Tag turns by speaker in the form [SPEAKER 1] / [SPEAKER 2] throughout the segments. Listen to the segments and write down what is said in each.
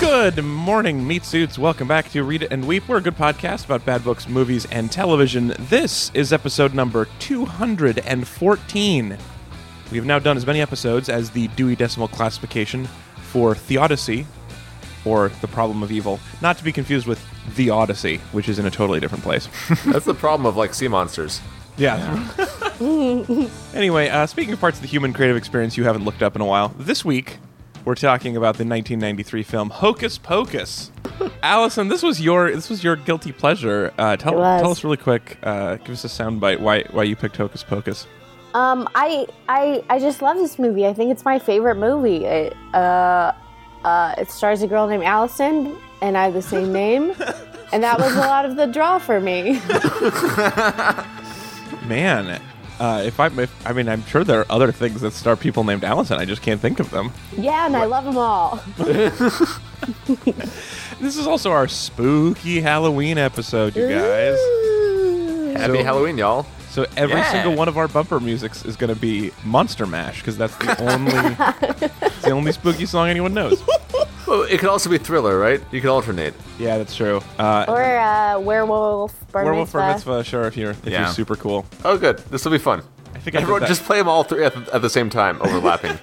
[SPEAKER 1] Good morning, meat suits. Welcome back to Read It and Weep. We're a good podcast about bad books, movies, and television. This is episode number 214. We have now done as many episodes as the Dewey Decimal Classification for Theodicy, or The Problem of Evil, not to be confused with The Odyssey, which is in a totally different place.
[SPEAKER 2] That's the problem of like sea monsters.
[SPEAKER 1] Yeah. anyway, uh, speaking of parts of the human creative experience you haven't looked up in a while, this week we're talking about the 1993 film Hocus Pocus. Allison, this was your this was your guilty pleasure. Uh, tell
[SPEAKER 3] It was.
[SPEAKER 1] tell us really quick. Uh, give us a soundbite why why you picked Hocus Pocus.
[SPEAKER 3] Um, I, I, I just love this movie. I think it's my favorite movie. It, uh, uh, it stars a girl named Allison, and I have the same name, and that was a lot of the draw for me.
[SPEAKER 1] Man, uh, if I if, I mean I'm sure there are other things that star people named Allison. I just can't think of them.
[SPEAKER 3] yeah, and I love them all.
[SPEAKER 1] This is also our spooky Halloween episode, you guys.
[SPEAKER 2] Happy
[SPEAKER 1] So-
[SPEAKER 2] Halloween, y'all.
[SPEAKER 1] So every
[SPEAKER 2] Yeah.
[SPEAKER 1] single one of our bumper musics is going to be Monster Mash because that's the only it's the only spooky song anyone knows.
[SPEAKER 2] Well, it could also be Thriller, right? You could alternate.
[SPEAKER 1] Yeah, that's true. Uh,
[SPEAKER 3] Or uh, werewolf, bar
[SPEAKER 1] Werewolf for
[SPEAKER 3] mitzvah.
[SPEAKER 1] Mitzvah, sure. If you're if
[SPEAKER 2] Yeah.
[SPEAKER 1] you're super cool,
[SPEAKER 2] Oh, good. This will be fun.
[SPEAKER 1] I think I did
[SPEAKER 2] Everyone,
[SPEAKER 1] that.
[SPEAKER 2] just play them all three at the, at the same time, overlapping.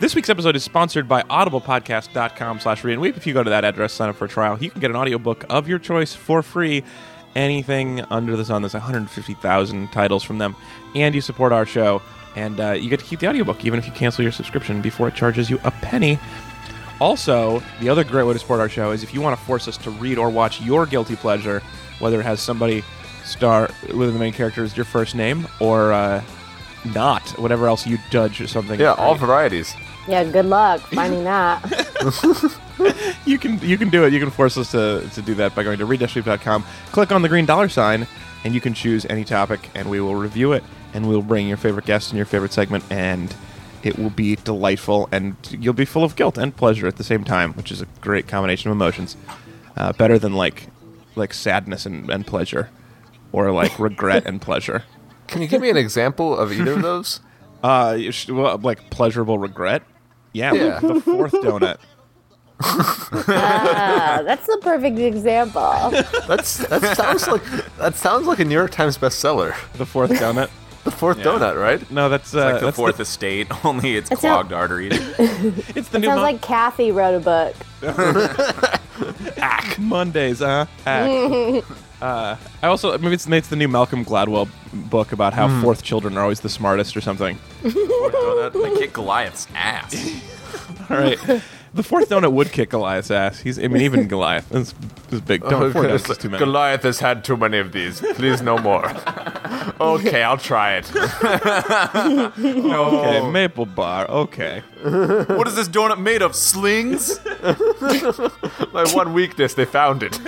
[SPEAKER 1] This week's episode is sponsored by audiblepodcast.com slash read and weep. If you go to that address, sign up for a trial, you can get an audiobook of your choice for free. Anything under the sun. There's 150,000 titles from them. And you support our show. And uh, you get to keep the audiobook even if you cancel your subscription before it charges you a penny. Also, the other great way to support our show is if you want to force us to read or watch your guilty pleasure, whether it has somebody star whether the main character is your first name or uh, not, whatever else you judge something.
[SPEAKER 2] yeah,
[SPEAKER 1] as
[SPEAKER 2] all
[SPEAKER 1] great.
[SPEAKER 2] varieties.
[SPEAKER 3] Yeah, good luck finding that.
[SPEAKER 1] you can you can do it. You can force us to, to do that by going to read-sweep.com, click on the green dollar sign, and you can choose any topic, and we will review it, and we'll bring your favorite guest and your favorite segment, and it will be delightful, and you'll be full of guilt and pleasure at the same time, which is a great combination of emotions. Uh, better than like like sadness and, and pleasure, or like regret and pleasure.
[SPEAKER 2] Can you give me an example of either of those?
[SPEAKER 1] Uh, you sh- well, like pleasurable regret. Yeah,
[SPEAKER 2] Yeah.
[SPEAKER 1] the fourth donut.
[SPEAKER 3] Uh, that's the perfect example.
[SPEAKER 2] That's that sounds like that sounds like a New York Times bestseller.
[SPEAKER 1] The fourth donut.
[SPEAKER 2] The fourth donut, right?
[SPEAKER 1] No, that's uh,
[SPEAKER 4] like the
[SPEAKER 1] that's
[SPEAKER 4] fourth estate, only it's
[SPEAKER 3] It's
[SPEAKER 4] clogged
[SPEAKER 3] not-
[SPEAKER 4] arteries.
[SPEAKER 1] it's the new
[SPEAKER 3] Sounds
[SPEAKER 1] mo-
[SPEAKER 3] like Kathy wrote a book.
[SPEAKER 1] Mondays, huh? Ack. uh, I also maybe it's, it's the new Malcolm Gladwell book about how fourth children are always the smartest or something.
[SPEAKER 4] Fourth donut, they kick Goliath's ass.
[SPEAKER 1] All right, the fourth donut would kick Goliath's ass. He's I mean even Goliath is, is big. Don't four donuts is too many.
[SPEAKER 2] Goliath has had too many of these. Please, no more. okay, I'll try it. Oh.
[SPEAKER 1] Okay, maple bar. Okay,
[SPEAKER 4] What is this donut made of? Slings?
[SPEAKER 2] My one weakness, they found it.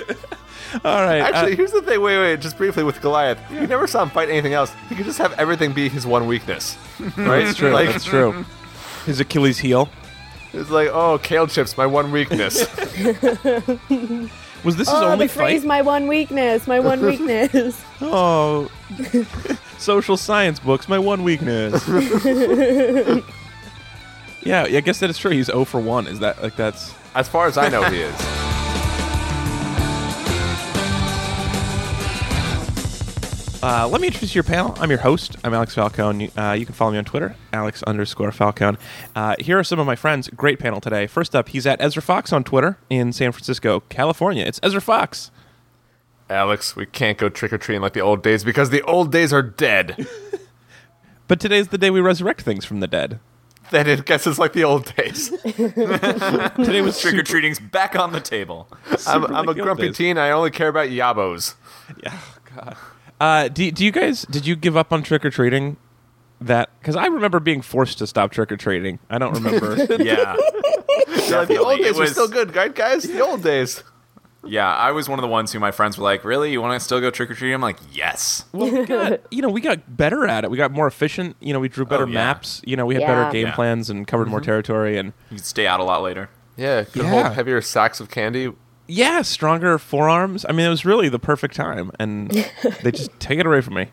[SPEAKER 1] all right. uh,
[SPEAKER 2] Actually, here's the thing. Wait, wait, just briefly with Goliath. You never saw him fight anything else. He could just have everything be his one weakness. Right?
[SPEAKER 1] hmm, that's true.
[SPEAKER 2] Like,
[SPEAKER 1] that's true. His Achilles heel.
[SPEAKER 2] It's like, oh, kale chips, my one weakness.
[SPEAKER 1] Was this his
[SPEAKER 3] Oh,
[SPEAKER 1] only fight?
[SPEAKER 3] the phrase, my one weakness, my one weakness.
[SPEAKER 1] Oh, social science books, my one weakness. yeah, I guess that is true. He's 0 for 1. Is that like that's.
[SPEAKER 2] as far as I know, he is.
[SPEAKER 1] Uh, let me introduce your panel. I'm your host. I'm Alex Falcone. Uh, you can follow me on Twitter, Alex underscore Falcone. Uh, here are some of my friends. Great panel today. First up, he's at Ezra Fox on Twitter in San Francisco, California. It's Ezra Fox.
[SPEAKER 2] Alex, we can't go trick or treating like the old days because the old days are dead.
[SPEAKER 1] But today's the day we resurrect things from the dead.
[SPEAKER 2] then it gets it's like the old days.
[SPEAKER 1] Today was
[SPEAKER 4] Trick or
[SPEAKER 1] super,
[SPEAKER 4] treating's back on the table.
[SPEAKER 2] I'm,
[SPEAKER 1] super
[SPEAKER 2] I'm a
[SPEAKER 1] like the old
[SPEAKER 2] grumpy
[SPEAKER 1] days.
[SPEAKER 2] teen. I only care about yabos.
[SPEAKER 1] Yeah, oh, God. Uh, do, do you guys, did you give up on trick or treating? That because I remember being forced to stop trick or treating. I don't remember.
[SPEAKER 4] Yeah.
[SPEAKER 2] Like, the old
[SPEAKER 4] Definitely.
[SPEAKER 2] days
[SPEAKER 4] It
[SPEAKER 2] were
[SPEAKER 4] was-
[SPEAKER 2] still good, right, guys? The old days.
[SPEAKER 4] Yeah, I was one of the ones who my friends were like, Really? You want to still go trick or treating? I'm like, Yes.
[SPEAKER 1] well, we got, you know, we got better at it. We got more efficient. You know, we drew better
[SPEAKER 4] yeah.
[SPEAKER 1] maps. You know, we had
[SPEAKER 3] Yeah.
[SPEAKER 1] better game
[SPEAKER 4] Yeah.
[SPEAKER 1] plans and covered more territory. And
[SPEAKER 4] You could stay out a lot later.
[SPEAKER 2] Yeah, could
[SPEAKER 1] Yeah.
[SPEAKER 2] hold heavier sacks of candy.
[SPEAKER 1] yeah, stronger forearms. I mean, it was really the perfect time, and they just take it away from me.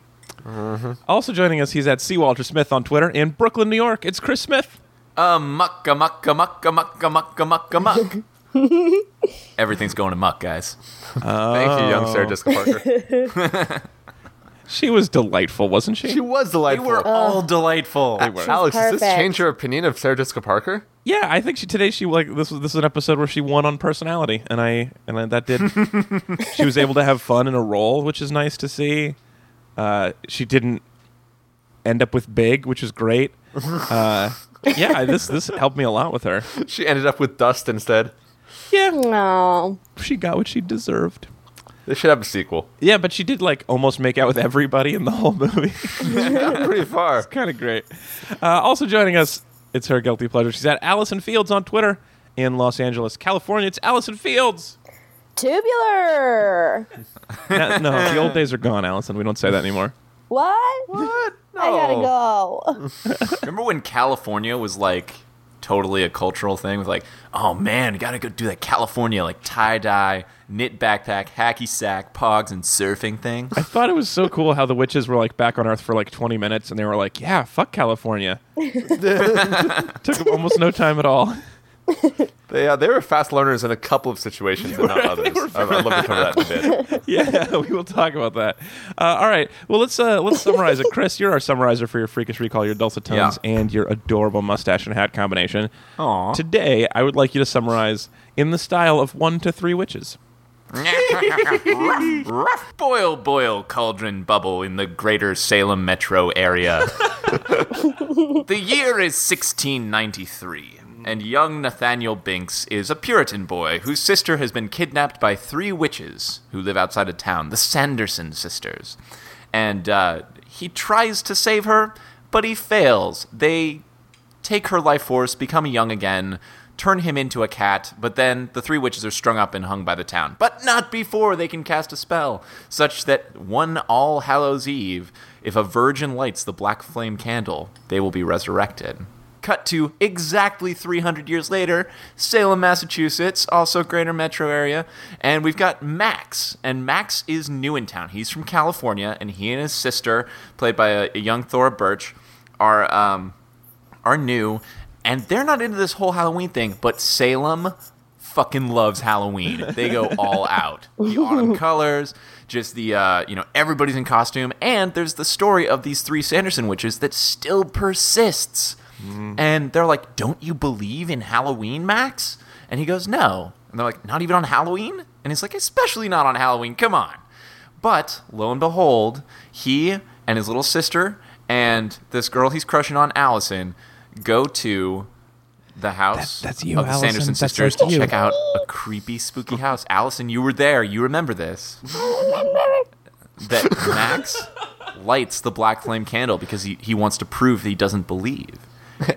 [SPEAKER 2] Mm-hmm.
[SPEAKER 1] Also joining us, he's at C. Walter Smith on Twitter in Brooklyn, New York. It's Chris Smith.
[SPEAKER 4] Um, muck, a muck, a muck, a muck, a muck, a muck, a muck. Everything's going amok, guys.
[SPEAKER 2] Thank you, young Sarah Jessica Parker.
[SPEAKER 1] She was delightful, wasn't she?
[SPEAKER 2] she was
[SPEAKER 4] They
[SPEAKER 2] delightful.
[SPEAKER 4] were
[SPEAKER 3] Uh,
[SPEAKER 4] all delightful.
[SPEAKER 2] Alex, does this
[SPEAKER 3] perfect.
[SPEAKER 2] change your opinion of Sarah Jessica Parker?
[SPEAKER 1] yeah, I think she today she like this was this is an episode where she won on personality, and I and I, that did. she was able to have fun in a role, which is nice to see. Uh, she didn't end up with big, which is great. Uh, yeah, this this helped me a lot with her.
[SPEAKER 2] She ended up with dust instead.
[SPEAKER 1] Yeah,
[SPEAKER 3] No.
[SPEAKER 1] she got what she deserved.
[SPEAKER 2] They should have a sequel.
[SPEAKER 1] Yeah, but she did like almost make out with everybody in the whole movie.
[SPEAKER 2] Got pretty far.
[SPEAKER 1] kind of great. Uh, also joining us, it's her guilty pleasure. She's at Allison Fields on Twitter in Los Angeles, California. It's Allison Fields.
[SPEAKER 3] Tubular.
[SPEAKER 1] no, no, the old days are gone, Allison. We don't say that anymore.
[SPEAKER 3] What?
[SPEAKER 2] What? No.
[SPEAKER 3] I gotta
[SPEAKER 1] Oh.
[SPEAKER 3] go.
[SPEAKER 4] Remember when California was like totally a cultural thing with like, oh man, gotta go do that California like tie dye, knit backpack, hacky sack, pogs, and surfing thing?
[SPEAKER 1] I thought it was so cool how the witches were like back on Earth for like 20 minutes, and they were like, "Yeah, fuck California." Took them almost no time at all.
[SPEAKER 2] They, uh, they were fast learners in a couple of situations and not others. I- I'd love to cover that in a bit.
[SPEAKER 1] yeah, we will talk about that. Uh, all right. Well, let's uh, let's summarize it. Chris, you're our summarizer for your freakish recall, your dulcet tones,
[SPEAKER 4] Yeah.
[SPEAKER 1] and your adorable mustache and hat combination.
[SPEAKER 4] Aw.
[SPEAKER 1] Today, I would like you to summarize in the style of one to three witches.
[SPEAKER 4] Rough boil, boil, cauldron bubble in the greater Salem metro area. the year is 1693, and young Nathaniel Binks is a Puritan boy whose sister has been kidnapped by three witches who live outside of town, the Sanderson sisters. And uh, he tries to save her, but he fails. They take her life force, become young again, turn him into a cat, but then the three witches are strung up and hung by the town. But not before they can cast a spell, such that one All Hallows Eve, if a virgin lights the black flame candle, they will be resurrected. Cut to exactly 300 years later, Salem, Massachusetts, also greater metro area, and we've got Max. And Max is new in town. He's from California, and he and his sister, played by a, a young Thora Birch, are um, are new, and they're not into this whole Halloween thing, but Salem fucking loves Halloween. They go all out. The autumn colors, just the, uh, you know, everybody's in costume, and there's the story of these three Sanderson witches that still persists. And they're like, Don't you believe in Halloween, Max? And he goes, No. And they're like, Not even on Halloween? And he's like, Especially not on Halloween. Come on. But lo and behold, he and his little sister and this girl he's crushing on, Allison, go to the house
[SPEAKER 1] That- that's you,
[SPEAKER 4] of the
[SPEAKER 1] Allison.
[SPEAKER 4] Sanderson
[SPEAKER 1] That's
[SPEAKER 4] sisters
[SPEAKER 1] so
[SPEAKER 4] to
[SPEAKER 1] cute.
[SPEAKER 4] check out a creepy, spooky house. Allison, you were there. You remember this. that Max lights the black flame candle because he, he wants to prove that he doesn't believe.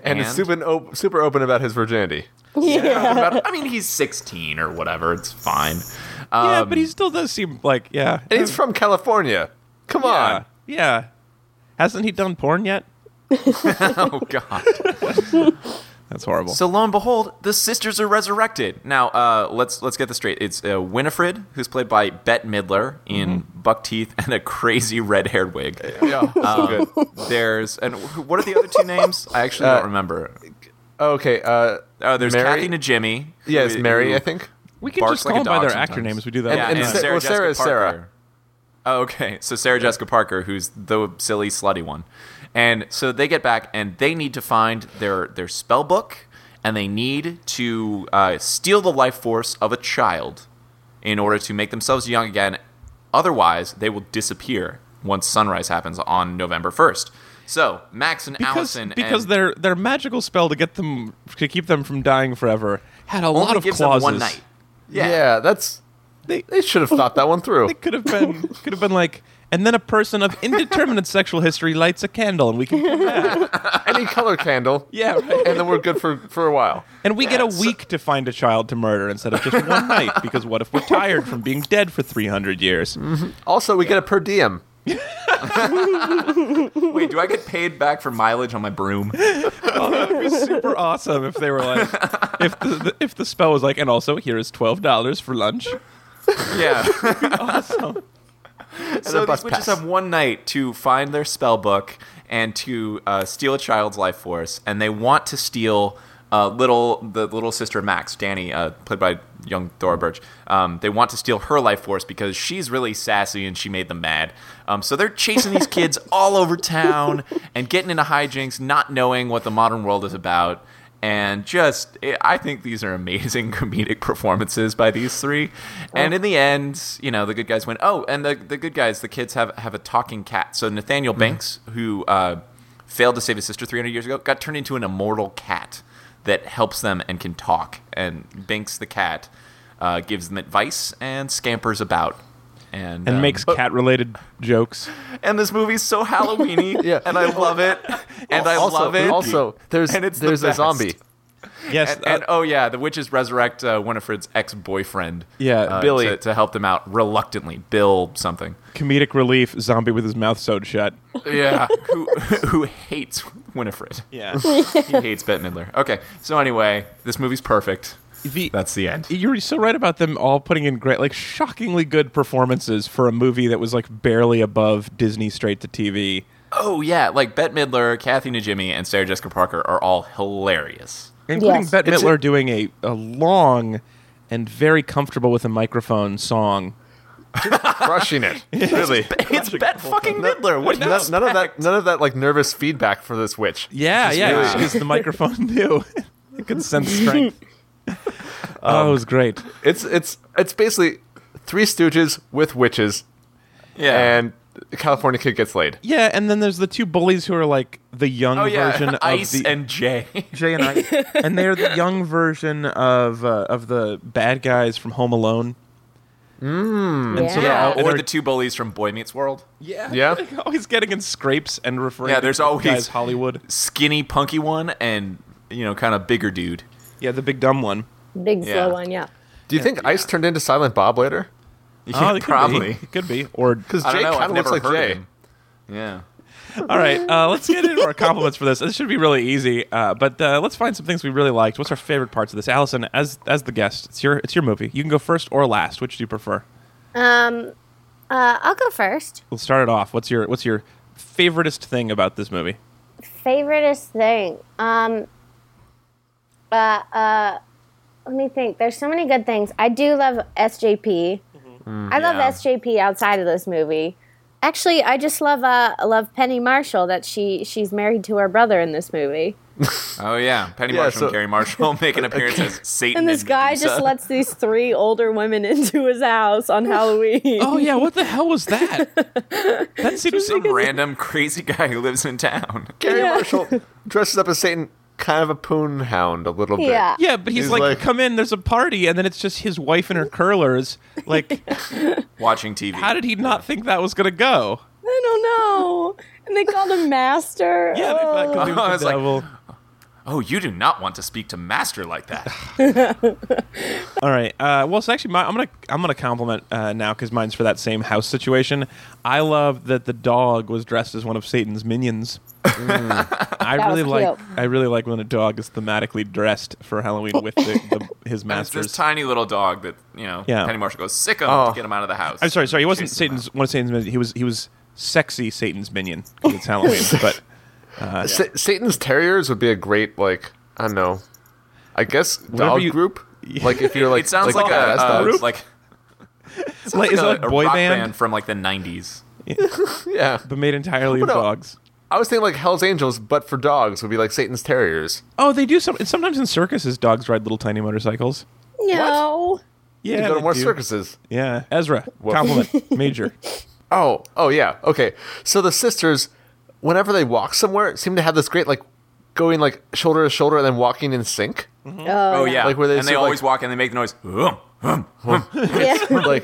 [SPEAKER 2] And, is super, op- super open about his virginity.
[SPEAKER 3] yeah.
[SPEAKER 4] I mean, he's 16 or whatever. It's fine. Um,
[SPEAKER 1] yeah, but he still does seem like yeah.
[SPEAKER 2] And he's from California. Come
[SPEAKER 1] yeah,
[SPEAKER 2] on.
[SPEAKER 1] yeah. Hasn't he done porn yet?
[SPEAKER 4] oh, God.
[SPEAKER 1] That's horrible.
[SPEAKER 4] So lo and behold, the sisters are resurrected. Now, uh, let's let's get this straight. It's uh, Winifred, who's played by Bette Midler in buck teeth and a crazy red-haired wig.
[SPEAKER 2] Mm-hmm. Yeah. so good.
[SPEAKER 4] Um, There's and wh- what are the other two names? I actually
[SPEAKER 2] Uh,
[SPEAKER 4] don't remember.
[SPEAKER 2] Okay. Uh,
[SPEAKER 4] Oh, there's
[SPEAKER 2] Mary-
[SPEAKER 4] Kathy and Jimmy.
[SPEAKER 2] yeah, it's
[SPEAKER 4] who-
[SPEAKER 2] Mary,
[SPEAKER 4] who-
[SPEAKER 2] I think.
[SPEAKER 1] we can
[SPEAKER 4] barks
[SPEAKER 1] just
[SPEAKER 4] like
[SPEAKER 1] call
[SPEAKER 4] a
[SPEAKER 1] them by
[SPEAKER 4] dog
[SPEAKER 1] their
[SPEAKER 4] sometimes.
[SPEAKER 1] actor names. We do that.
[SPEAKER 4] And,
[SPEAKER 1] all
[SPEAKER 4] and,
[SPEAKER 1] the time.
[SPEAKER 2] and Sa-
[SPEAKER 4] Sarah,
[SPEAKER 2] well, Sarah
[SPEAKER 4] Jessica
[SPEAKER 2] is Sarah.
[SPEAKER 4] Parker. Oh, okay. So Sarah Jessica Parker, who's the silly slutty one, and so they get back and they need to find their their spell book, and they need to uh, steal the life force of a child in order to make themselves young again. Otherwise, they will disappear once sunrise happens on November first. So Max and
[SPEAKER 1] because,
[SPEAKER 4] Allison
[SPEAKER 1] because
[SPEAKER 4] and
[SPEAKER 1] their their magical spell to get them to keep them from dying forever had a
[SPEAKER 4] only
[SPEAKER 1] lot of
[SPEAKER 4] gives
[SPEAKER 1] clauses.
[SPEAKER 4] them one night.
[SPEAKER 2] Yeah.
[SPEAKER 4] Yeah.
[SPEAKER 2] that's.
[SPEAKER 1] They-
[SPEAKER 2] They, should have thought that one through.
[SPEAKER 1] It could have been could have been like, and then a person of indeterminate sexual history lights a candle, and we can
[SPEAKER 2] Any color candle.
[SPEAKER 1] yeah, right.
[SPEAKER 2] And then we're good for, for a while.
[SPEAKER 1] and we get a
[SPEAKER 4] Yeah, so-
[SPEAKER 1] week to find a child to murder instead of just one night because what if we're tired from being dead for three hundred years?
[SPEAKER 2] Also, we get a per diem.
[SPEAKER 4] Wait, do I get paid back for mileage on my broom?
[SPEAKER 1] That would be super awesome if they were like, if the, the if the spell was like, and also here is twelve dollars for lunch.
[SPEAKER 4] Yeah.
[SPEAKER 1] Awesome.
[SPEAKER 4] so
[SPEAKER 2] a bus
[SPEAKER 4] these
[SPEAKER 2] pass.
[SPEAKER 4] witches have one night to find their spell book and to uh, steal a child's life force, and they want to steal uh, little the little sister Max, Danny, uh, played by young Thora Birch. Um, they want to steal her life force because she's really sassy and she made them mad. Um, so they're chasing these kids all over town and getting into hijinks, not knowing what the modern world is about. And just, i I think these are amazing comedic performances by these three. And in the end, you know, the good guys win. Oh, and the, the good guys, the kids have, have a talking cat. So Nathaniel
[SPEAKER 2] Mm-hmm.
[SPEAKER 4] Banks, who uh, failed to save his sister 300 years ago, got turned into an immortal cat that helps them and can talk. And Binks the cat uh, gives them advice and scampers about. And,
[SPEAKER 1] and
[SPEAKER 4] um,
[SPEAKER 1] makes cat related jokes.
[SPEAKER 4] and this movie's so Halloweeny,
[SPEAKER 2] Yeah.
[SPEAKER 4] and I love it, and I
[SPEAKER 2] also,
[SPEAKER 4] love it.
[SPEAKER 2] Also, there's
[SPEAKER 4] And it's the
[SPEAKER 2] there's a
[SPEAKER 4] best.
[SPEAKER 2] zombie.
[SPEAKER 1] Yes.
[SPEAKER 4] and, and
[SPEAKER 1] uh,
[SPEAKER 4] oh yeah, the witches resurrect uh, Winifred's ex-boyfriend,
[SPEAKER 1] Yeah,
[SPEAKER 4] uh,
[SPEAKER 1] Billy.
[SPEAKER 4] to, to help them out reluctantly. Bill something,
[SPEAKER 1] comedic relief zombie with his mouth sewed shut.
[SPEAKER 4] yeah, who who hates Winifred.
[SPEAKER 1] Yeah.
[SPEAKER 4] he hates Bette Midler. Okay, so anyway, this movie's perfect.
[SPEAKER 1] the,
[SPEAKER 4] That's the end.
[SPEAKER 1] You're so right about them all putting in great, like shockingly good performances for a movie that was like barely above Disney straight to TV.
[SPEAKER 4] Oh yeah, like Bette Midler, Kathy Najimy, and Sarah Jessica Parker are all hilarious.
[SPEAKER 1] including
[SPEAKER 3] Yes.
[SPEAKER 1] Bette
[SPEAKER 2] It's
[SPEAKER 1] Midler
[SPEAKER 2] a-
[SPEAKER 1] doing a, a long and very comfortable with a microphone song.
[SPEAKER 2] Crushing it. Really.
[SPEAKER 4] It's Bette fucking Midler. What do you
[SPEAKER 2] None, none of that none of that like nervous feedback for this witch.
[SPEAKER 1] Yeah,
[SPEAKER 2] Just
[SPEAKER 1] yeah,
[SPEAKER 2] really-
[SPEAKER 1] she was the microphone too. I could sense strength. oh, it was great.
[SPEAKER 2] It's it's it's basically three stooges with witches
[SPEAKER 4] Yeah.
[SPEAKER 2] and the California kid gets laid.
[SPEAKER 1] Yeah, and then there's the two bullies who are like the young
[SPEAKER 4] oh yeah,
[SPEAKER 1] version
[SPEAKER 4] Ice
[SPEAKER 1] of the
[SPEAKER 4] and Jay.
[SPEAKER 1] Jay and I, and they're the young version of uh, of the bad guys from Home Alone.
[SPEAKER 3] yeah.
[SPEAKER 1] so
[SPEAKER 4] Yeah,
[SPEAKER 1] And
[SPEAKER 4] or
[SPEAKER 1] our-
[SPEAKER 4] the two bullies from Boy Meets World.
[SPEAKER 1] Yeah,
[SPEAKER 2] Yeah.
[SPEAKER 1] always getting in scrapes and referring.
[SPEAKER 4] Yeah,
[SPEAKER 1] to
[SPEAKER 4] there's
[SPEAKER 1] these
[SPEAKER 4] always-
[SPEAKER 1] guys Hollywood.
[SPEAKER 4] Skinny, punky one, and you know, kind of bigger dude.
[SPEAKER 1] Yeah, the big dumb one.
[SPEAKER 3] Big
[SPEAKER 4] Yeah.
[SPEAKER 3] slow one, yeah.
[SPEAKER 2] Do you think Ice turned into Silent Bob later?
[SPEAKER 1] Oh, it could be.
[SPEAKER 4] probably.
[SPEAKER 1] It could be, or
[SPEAKER 2] Because
[SPEAKER 4] I
[SPEAKER 2] Jay
[SPEAKER 4] don't know.
[SPEAKER 2] kind
[SPEAKER 4] I've
[SPEAKER 2] of looks like
[SPEAKER 4] never heard of
[SPEAKER 2] Jay.
[SPEAKER 4] him. Yeah.
[SPEAKER 1] All right, uh, let's get into our compliments for this. This should be really easy, uh, but uh, let's find some things we really liked. What's our favorite parts of this, Allison? As as the guest, it's your it's your movie. You can go first or last. Which do you prefer?
[SPEAKER 5] Um, uh, I'll go first.
[SPEAKER 1] We'll start it off. What's your what's your favoriteest thing about this movie?
[SPEAKER 5] Favoriteest thing. Um, uh, uh, let me think. There's so many good things. I do love SJP.
[SPEAKER 1] Mm-hmm.
[SPEAKER 5] I love
[SPEAKER 4] yeah.
[SPEAKER 5] SJP outside of this movie. Actually, I just love uh, I love Penny Marshall that she she's married to her brother in this movie.
[SPEAKER 4] Oh yeah, Penny
[SPEAKER 2] Yeah,
[SPEAKER 4] Marshall
[SPEAKER 2] so-
[SPEAKER 4] and Gary Marshall make an appearance as Satan.
[SPEAKER 3] And this guy
[SPEAKER 4] Medusa.
[SPEAKER 3] just lets these three older women into his house on Halloween.
[SPEAKER 1] Oh yeah, what the hell was that? that seems
[SPEAKER 4] some random crazy guy who lives in town.
[SPEAKER 2] Gary
[SPEAKER 3] Yeah.
[SPEAKER 2] Marshall dresses up as Satan, kind of a poon hound a little bit.
[SPEAKER 5] Yeah.
[SPEAKER 1] yeah, but he's,
[SPEAKER 2] He's
[SPEAKER 1] like,
[SPEAKER 2] like-
[SPEAKER 1] come in. There's a party, and then it's just his wife and her curlers. Like,
[SPEAKER 4] Watching TV.
[SPEAKER 1] how did he not think that was gonna go?
[SPEAKER 3] I don't know. And they called him master.
[SPEAKER 1] Yeah, they thought it could
[SPEAKER 3] Oh.
[SPEAKER 1] do
[SPEAKER 4] I
[SPEAKER 1] with
[SPEAKER 4] was
[SPEAKER 1] the
[SPEAKER 4] like-
[SPEAKER 1] devil.
[SPEAKER 4] oh, you do not want to speak to Master like that.
[SPEAKER 1] All right. Uh, well, it's actually my, I'm gonna I'm gonna compliment uh, now because mine's for that same house situation. I love that the dog was dressed as one of Satan's minions. I
[SPEAKER 3] Mm. That was
[SPEAKER 1] really like
[SPEAKER 3] cute.
[SPEAKER 1] I really like when a dog is thematically dressed for Halloween with the, the, his
[SPEAKER 4] It's this
[SPEAKER 1] masters.
[SPEAKER 4] tiny little dog that you know.
[SPEAKER 1] Yeah.
[SPEAKER 4] Penny Marshall goes sick of
[SPEAKER 2] Oh.
[SPEAKER 4] to get him out of the house.
[SPEAKER 1] I'm sorry, sorry. He wasn't
[SPEAKER 4] Chase him out.
[SPEAKER 1] Satan's one of Satan's minions. He was he was sexy Satan's minion 'cause it's Halloween. but
[SPEAKER 2] Sa- Satan's terriers would be a great like I don't know. I guess dog
[SPEAKER 1] you-
[SPEAKER 2] group. Like if you're like
[SPEAKER 4] It sounds like,
[SPEAKER 2] like
[SPEAKER 4] a
[SPEAKER 2] fast
[SPEAKER 4] uh,
[SPEAKER 2] dogs.
[SPEAKER 4] like. sounds
[SPEAKER 1] Like- is it
[SPEAKER 4] a-
[SPEAKER 1] like
[SPEAKER 4] a
[SPEAKER 1] boy
[SPEAKER 4] rock
[SPEAKER 1] band?
[SPEAKER 4] from like the '90s?
[SPEAKER 2] yeah.
[SPEAKER 1] but made entirely of
[SPEAKER 2] But no.
[SPEAKER 1] dogs.
[SPEAKER 2] I was thinking like Hell's Angels, but for dogs would be like Satan's terriers.
[SPEAKER 1] Oh, they do some. Sometimes in circuses, dogs ride little tiny motorcycles.
[SPEAKER 3] No.
[SPEAKER 1] Yeah,
[SPEAKER 2] you go to
[SPEAKER 1] they
[SPEAKER 2] more
[SPEAKER 1] do.
[SPEAKER 2] circuses.
[SPEAKER 1] Yeah, Ezra, compliment, major.
[SPEAKER 2] Oh, oh yeah, okay. So the sisters, whenever they walk somewhere, seem to have this great like going like shoulder to shoulder and then walking in sync.
[SPEAKER 4] Oh yeah,
[SPEAKER 2] Like where they
[SPEAKER 4] and they
[SPEAKER 2] sort of,
[SPEAKER 4] always
[SPEAKER 2] like-
[SPEAKER 4] walk and they make the noise. "Hum, hum."
[SPEAKER 2] like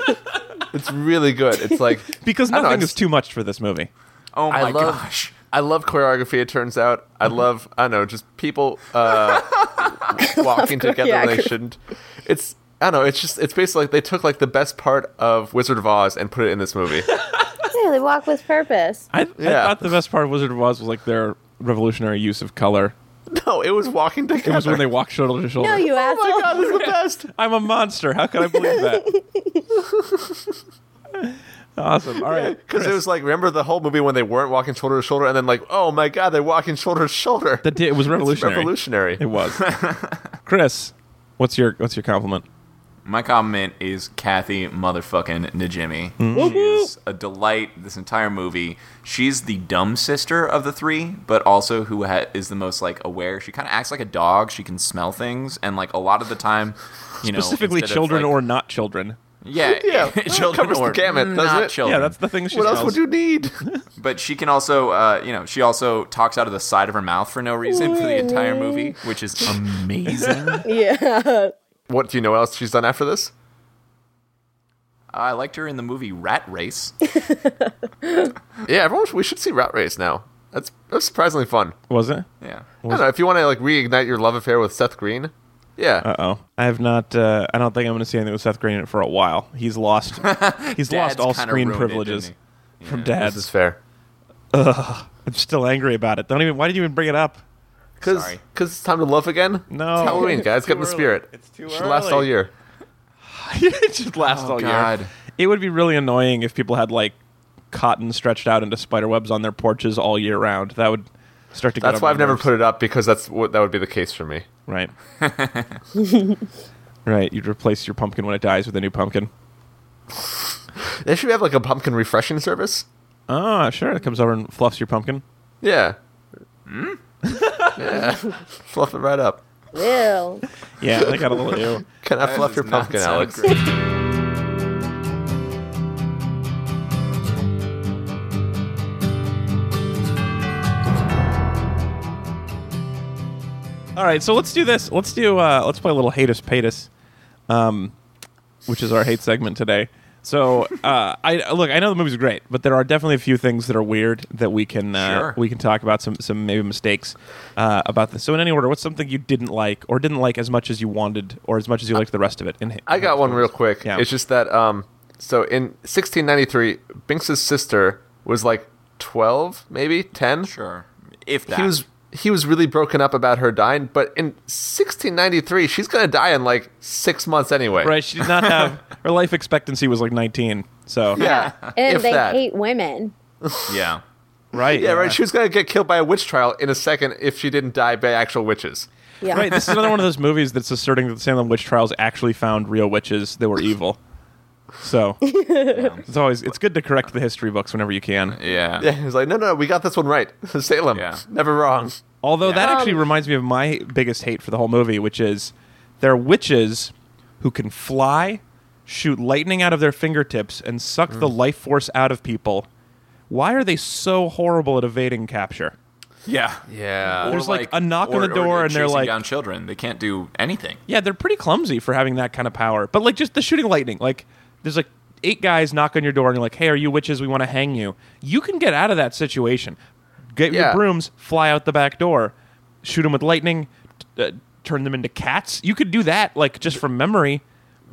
[SPEAKER 2] it's really good. It's like
[SPEAKER 1] Because
[SPEAKER 2] I don't know,
[SPEAKER 1] nothing
[SPEAKER 2] I
[SPEAKER 1] is
[SPEAKER 2] just-
[SPEAKER 1] too much for this movie.
[SPEAKER 4] Oh my
[SPEAKER 2] I love
[SPEAKER 4] gosh.
[SPEAKER 2] I love choreography. It turns out I
[SPEAKER 1] Mm-hmm.
[SPEAKER 2] love I don't know just people uh, walking together when they
[SPEAKER 3] choreography.
[SPEAKER 2] shouldn't. It's I don't know. It's just it's basically like they took like the best part of Wizard of Oz and put it in this movie.
[SPEAKER 5] Yeah, they walk with purpose.
[SPEAKER 1] I, I
[SPEAKER 2] Yeah.
[SPEAKER 1] thought the best part of Wizard of Oz was like their revolutionary use of color.
[SPEAKER 2] no, it was walking together.
[SPEAKER 1] It was when they walked shoulder to shoulder.
[SPEAKER 3] No, you
[SPEAKER 2] Oh my
[SPEAKER 3] asshole.
[SPEAKER 2] god, this is the best.
[SPEAKER 1] I'm a monster. How can I believe that? Awesome. All right.
[SPEAKER 2] Because it was like, remember the whole movie when they weren't walking shoulder to shoulder, and then like, oh my god, they're walking shoulder to shoulder.
[SPEAKER 1] That did, it was revolutionary.
[SPEAKER 2] revolutionary.
[SPEAKER 1] It was. Chris, what's your what's your compliment?
[SPEAKER 4] My comment is Kathy motherfucking Najimy.
[SPEAKER 1] Mm-hmm.
[SPEAKER 4] She is a delight this entire movie. She's the dumb sister of the three, but also who ha- is the most like aware. She kind of acts like a dog. She can smell things, and like a lot of the time, you know,
[SPEAKER 1] Specifically,
[SPEAKER 4] instead of,
[SPEAKER 1] children
[SPEAKER 4] like-
[SPEAKER 1] or not children.
[SPEAKER 4] yeah,
[SPEAKER 2] Yeah, well, it
[SPEAKER 4] children
[SPEAKER 2] covers the
[SPEAKER 4] or
[SPEAKER 2] gamut, doesn't
[SPEAKER 4] not
[SPEAKER 2] it?
[SPEAKER 1] Yeah,
[SPEAKER 4] children.
[SPEAKER 1] that's the thing she
[SPEAKER 2] what else
[SPEAKER 1] smells.
[SPEAKER 2] would you need?
[SPEAKER 4] But she can also, uh, you know, she also talks out of the side of her mouth for no reason for the entire movie, which is amazing.
[SPEAKER 3] Yeah.
[SPEAKER 2] what do you know? What else she's done after this?
[SPEAKER 4] I liked her in the movie Rat Race.
[SPEAKER 2] Yeah, everyone. should- We should see Rat Race now. That's that's surprisingly fun.
[SPEAKER 1] Was it?
[SPEAKER 4] Yeah.
[SPEAKER 2] I don't know if you want to like reignite your love affair with Seth Green. Yeah,
[SPEAKER 1] Uh oh. I have not. Uh, I don't think I'm going to see anything with Seth Green in it for a while. He's lost. He's lost
[SPEAKER 4] Dad's
[SPEAKER 1] all
[SPEAKER 4] kinda
[SPEAKER 1] screen
[SPEAKER 4] ruined it,
[SPEAKER 1] privileges
[SPEAKER 4] didn't
[SPEAKER 1] from
[SPEAKER 2] this is
[SPEAKER 1] dad's.
[SPEAKER 2] fair.
[SPEAKER 1] I'm still angry about it. Don't even. Why did you even bring it up?
[SPEAKER 2] Because
[SPEAKER 4] Sorry.
[SPEAKER 2] it's time to love again.
[SPEAKER 1] No.
[SPEAKER 2] it's Halloween,
[SPEAKER 1] It's
[SPEAKER 2] guys.
[SPEAKER 1] too
[SPEAKER 2] Get in the
[SPEAKER 1] early.
[SPEAKER 2] spirit.
[SPEAKER 1] It's too
[SPEAKER 2] Should last
[SPEAKER 1] early.
[SPEAKER 2] all year.
[SPEAKER 1] it just lasts
[SPEAKER 4] Oh,
[SPEAKER 1] all
[SPEAKER 4] God.
[SPEAKER 1] year. It would be really annoying if people had like cotton stretched out into spider webs on their porches all year round. That would start to. get
[SPEAKER 2] That's
[SPEAKER 1] on
[SPEAKER 2] why
[SPEAKER 1] my
[SPEAKER 2] I've never
[SPEAKER 1] nerves.
[SPEAKER 2] put it up because that's what that would be the case for me.
[SPEAKER 1] Right. right. You'd replace your pumpkin when it dies with a new pumpkin.
[SPEAKER 2] They should have like a pumpkin refreshing service.
[SPEAKER 1] Ah, sure. It comes over and fluffs your pumpkin.
[SPEAKER 2] Yeah.
[SPEAKER 4] Hmm?
[SPEAKER 2] yeah. Fluff it right up.
[SPEAKER 3] Ew.
[SPEAKER 1] Yeah, they got a little ew.
[SPEAKER 2] Can I
[SPEAKER 4] That
[SPEAKER 2] fluff
[SPEAKER 4] does
[SPEAKER 2] your
[SPEAKER 4] not
[SPEAKER 2] pumpkin,
[SPEAKER 4] sound
[SPEAKER 2] Alex?
[SPEAKER 4] great.
[SPEAKER 1] All right, so let's do this. Let's do. Uh, let's play a little Hatus Patus, um, which is our hate segment today. So, uh, I look. I know the movie's great, but there are definitely a few things that are weird that we can uh,
[SPEAKER 4] Sure.
[SPEAKER 1] we can talk about. Some some maybe mistakes uh, about this. So, in any order, what's something you didn't like or didn't like as much as you wanted or as much as you liked the rest of it? In
[SPEAKER 2] I got one real quick.
[SPEAKER 1] Yeah.
[SPEAKER 2] It's just that um so in 1693, Binks's sister was like 12, maybe 10.
[SPEAKER 4] Sure. If that.
[SPEAKER 2] He was he was really broken up about her dying, but in 1693, she's going to die in like 6 months anyway.
[SPEAKER 1] right. She did not have her life expectancy was like nineteen. So
[SPEAKER 2] Yeah.
[SPEAKER 5] And
[SPEAKER 2] if
[SPEAKER 5] they
[SPEAKER 2] that.
[SPEAKER 5] hate women.
[SPEAKER 4] yeah.
[SPEAKER 1] right.
[SPEAKER 2] yeah, right. She was going to get killed by a witch trial in a second if she didn't die by actual witches.
[SPEAKER 3] Yeah.
[SPEAKER 1] Right, this is another one of those movies that's asserting that the Salem witch trials actually found real witches that were evil. So it's always it's good to correct the history books whenever you can.
[SPEAKER 4] Yeah.
[SPEAKER 2] Yeah, he was like, no, no, no, we got this one right. Salem,
[SPEAKER 4] Yeah.
[SPEAKER 2] never wrong.
[SPEAKER 1] Although that
[SPEAKER 5] Yeah.
[SPEAKER 1] actually
[SPEAKER 5] Um,
[SPEAKER 1] reminds me of my biggest hate for the whole movie, which is there are witches who can fly, shoot lightning out of their fingertips, and suck the life force out of people. Why are they so horrible at evading capture?
[SPEAKER 4] Yeah.
[SPEAKER 2] Yeah.
[SPEAKER 4] Or
[SPEAKER 1] There's, like, a knock on
[SPEAKER 4] or-
[SPEAKER 1] the
[SPEAKER 4] or
[SPEAKER 1] door and they're
[SPEAKER 4] chasing
[SPEAKER 1] like-
[SPEAKER 4] down children. They can't do anything.
[SPEAKER 1] Yeah, they're pretty clumsy for having that kind of power. But like just the shooting lightning, like there's like eight guys knock on your door and you're like, "Hey, are you witches? We want to hang you." You can get out of that situation. Get your
[SPEAKER 2] Yeah.
[SPEAKER 1] brooms, fly out the back door, shoot them with lightning, t- uh, turn them into cats. You could do that like just from memory.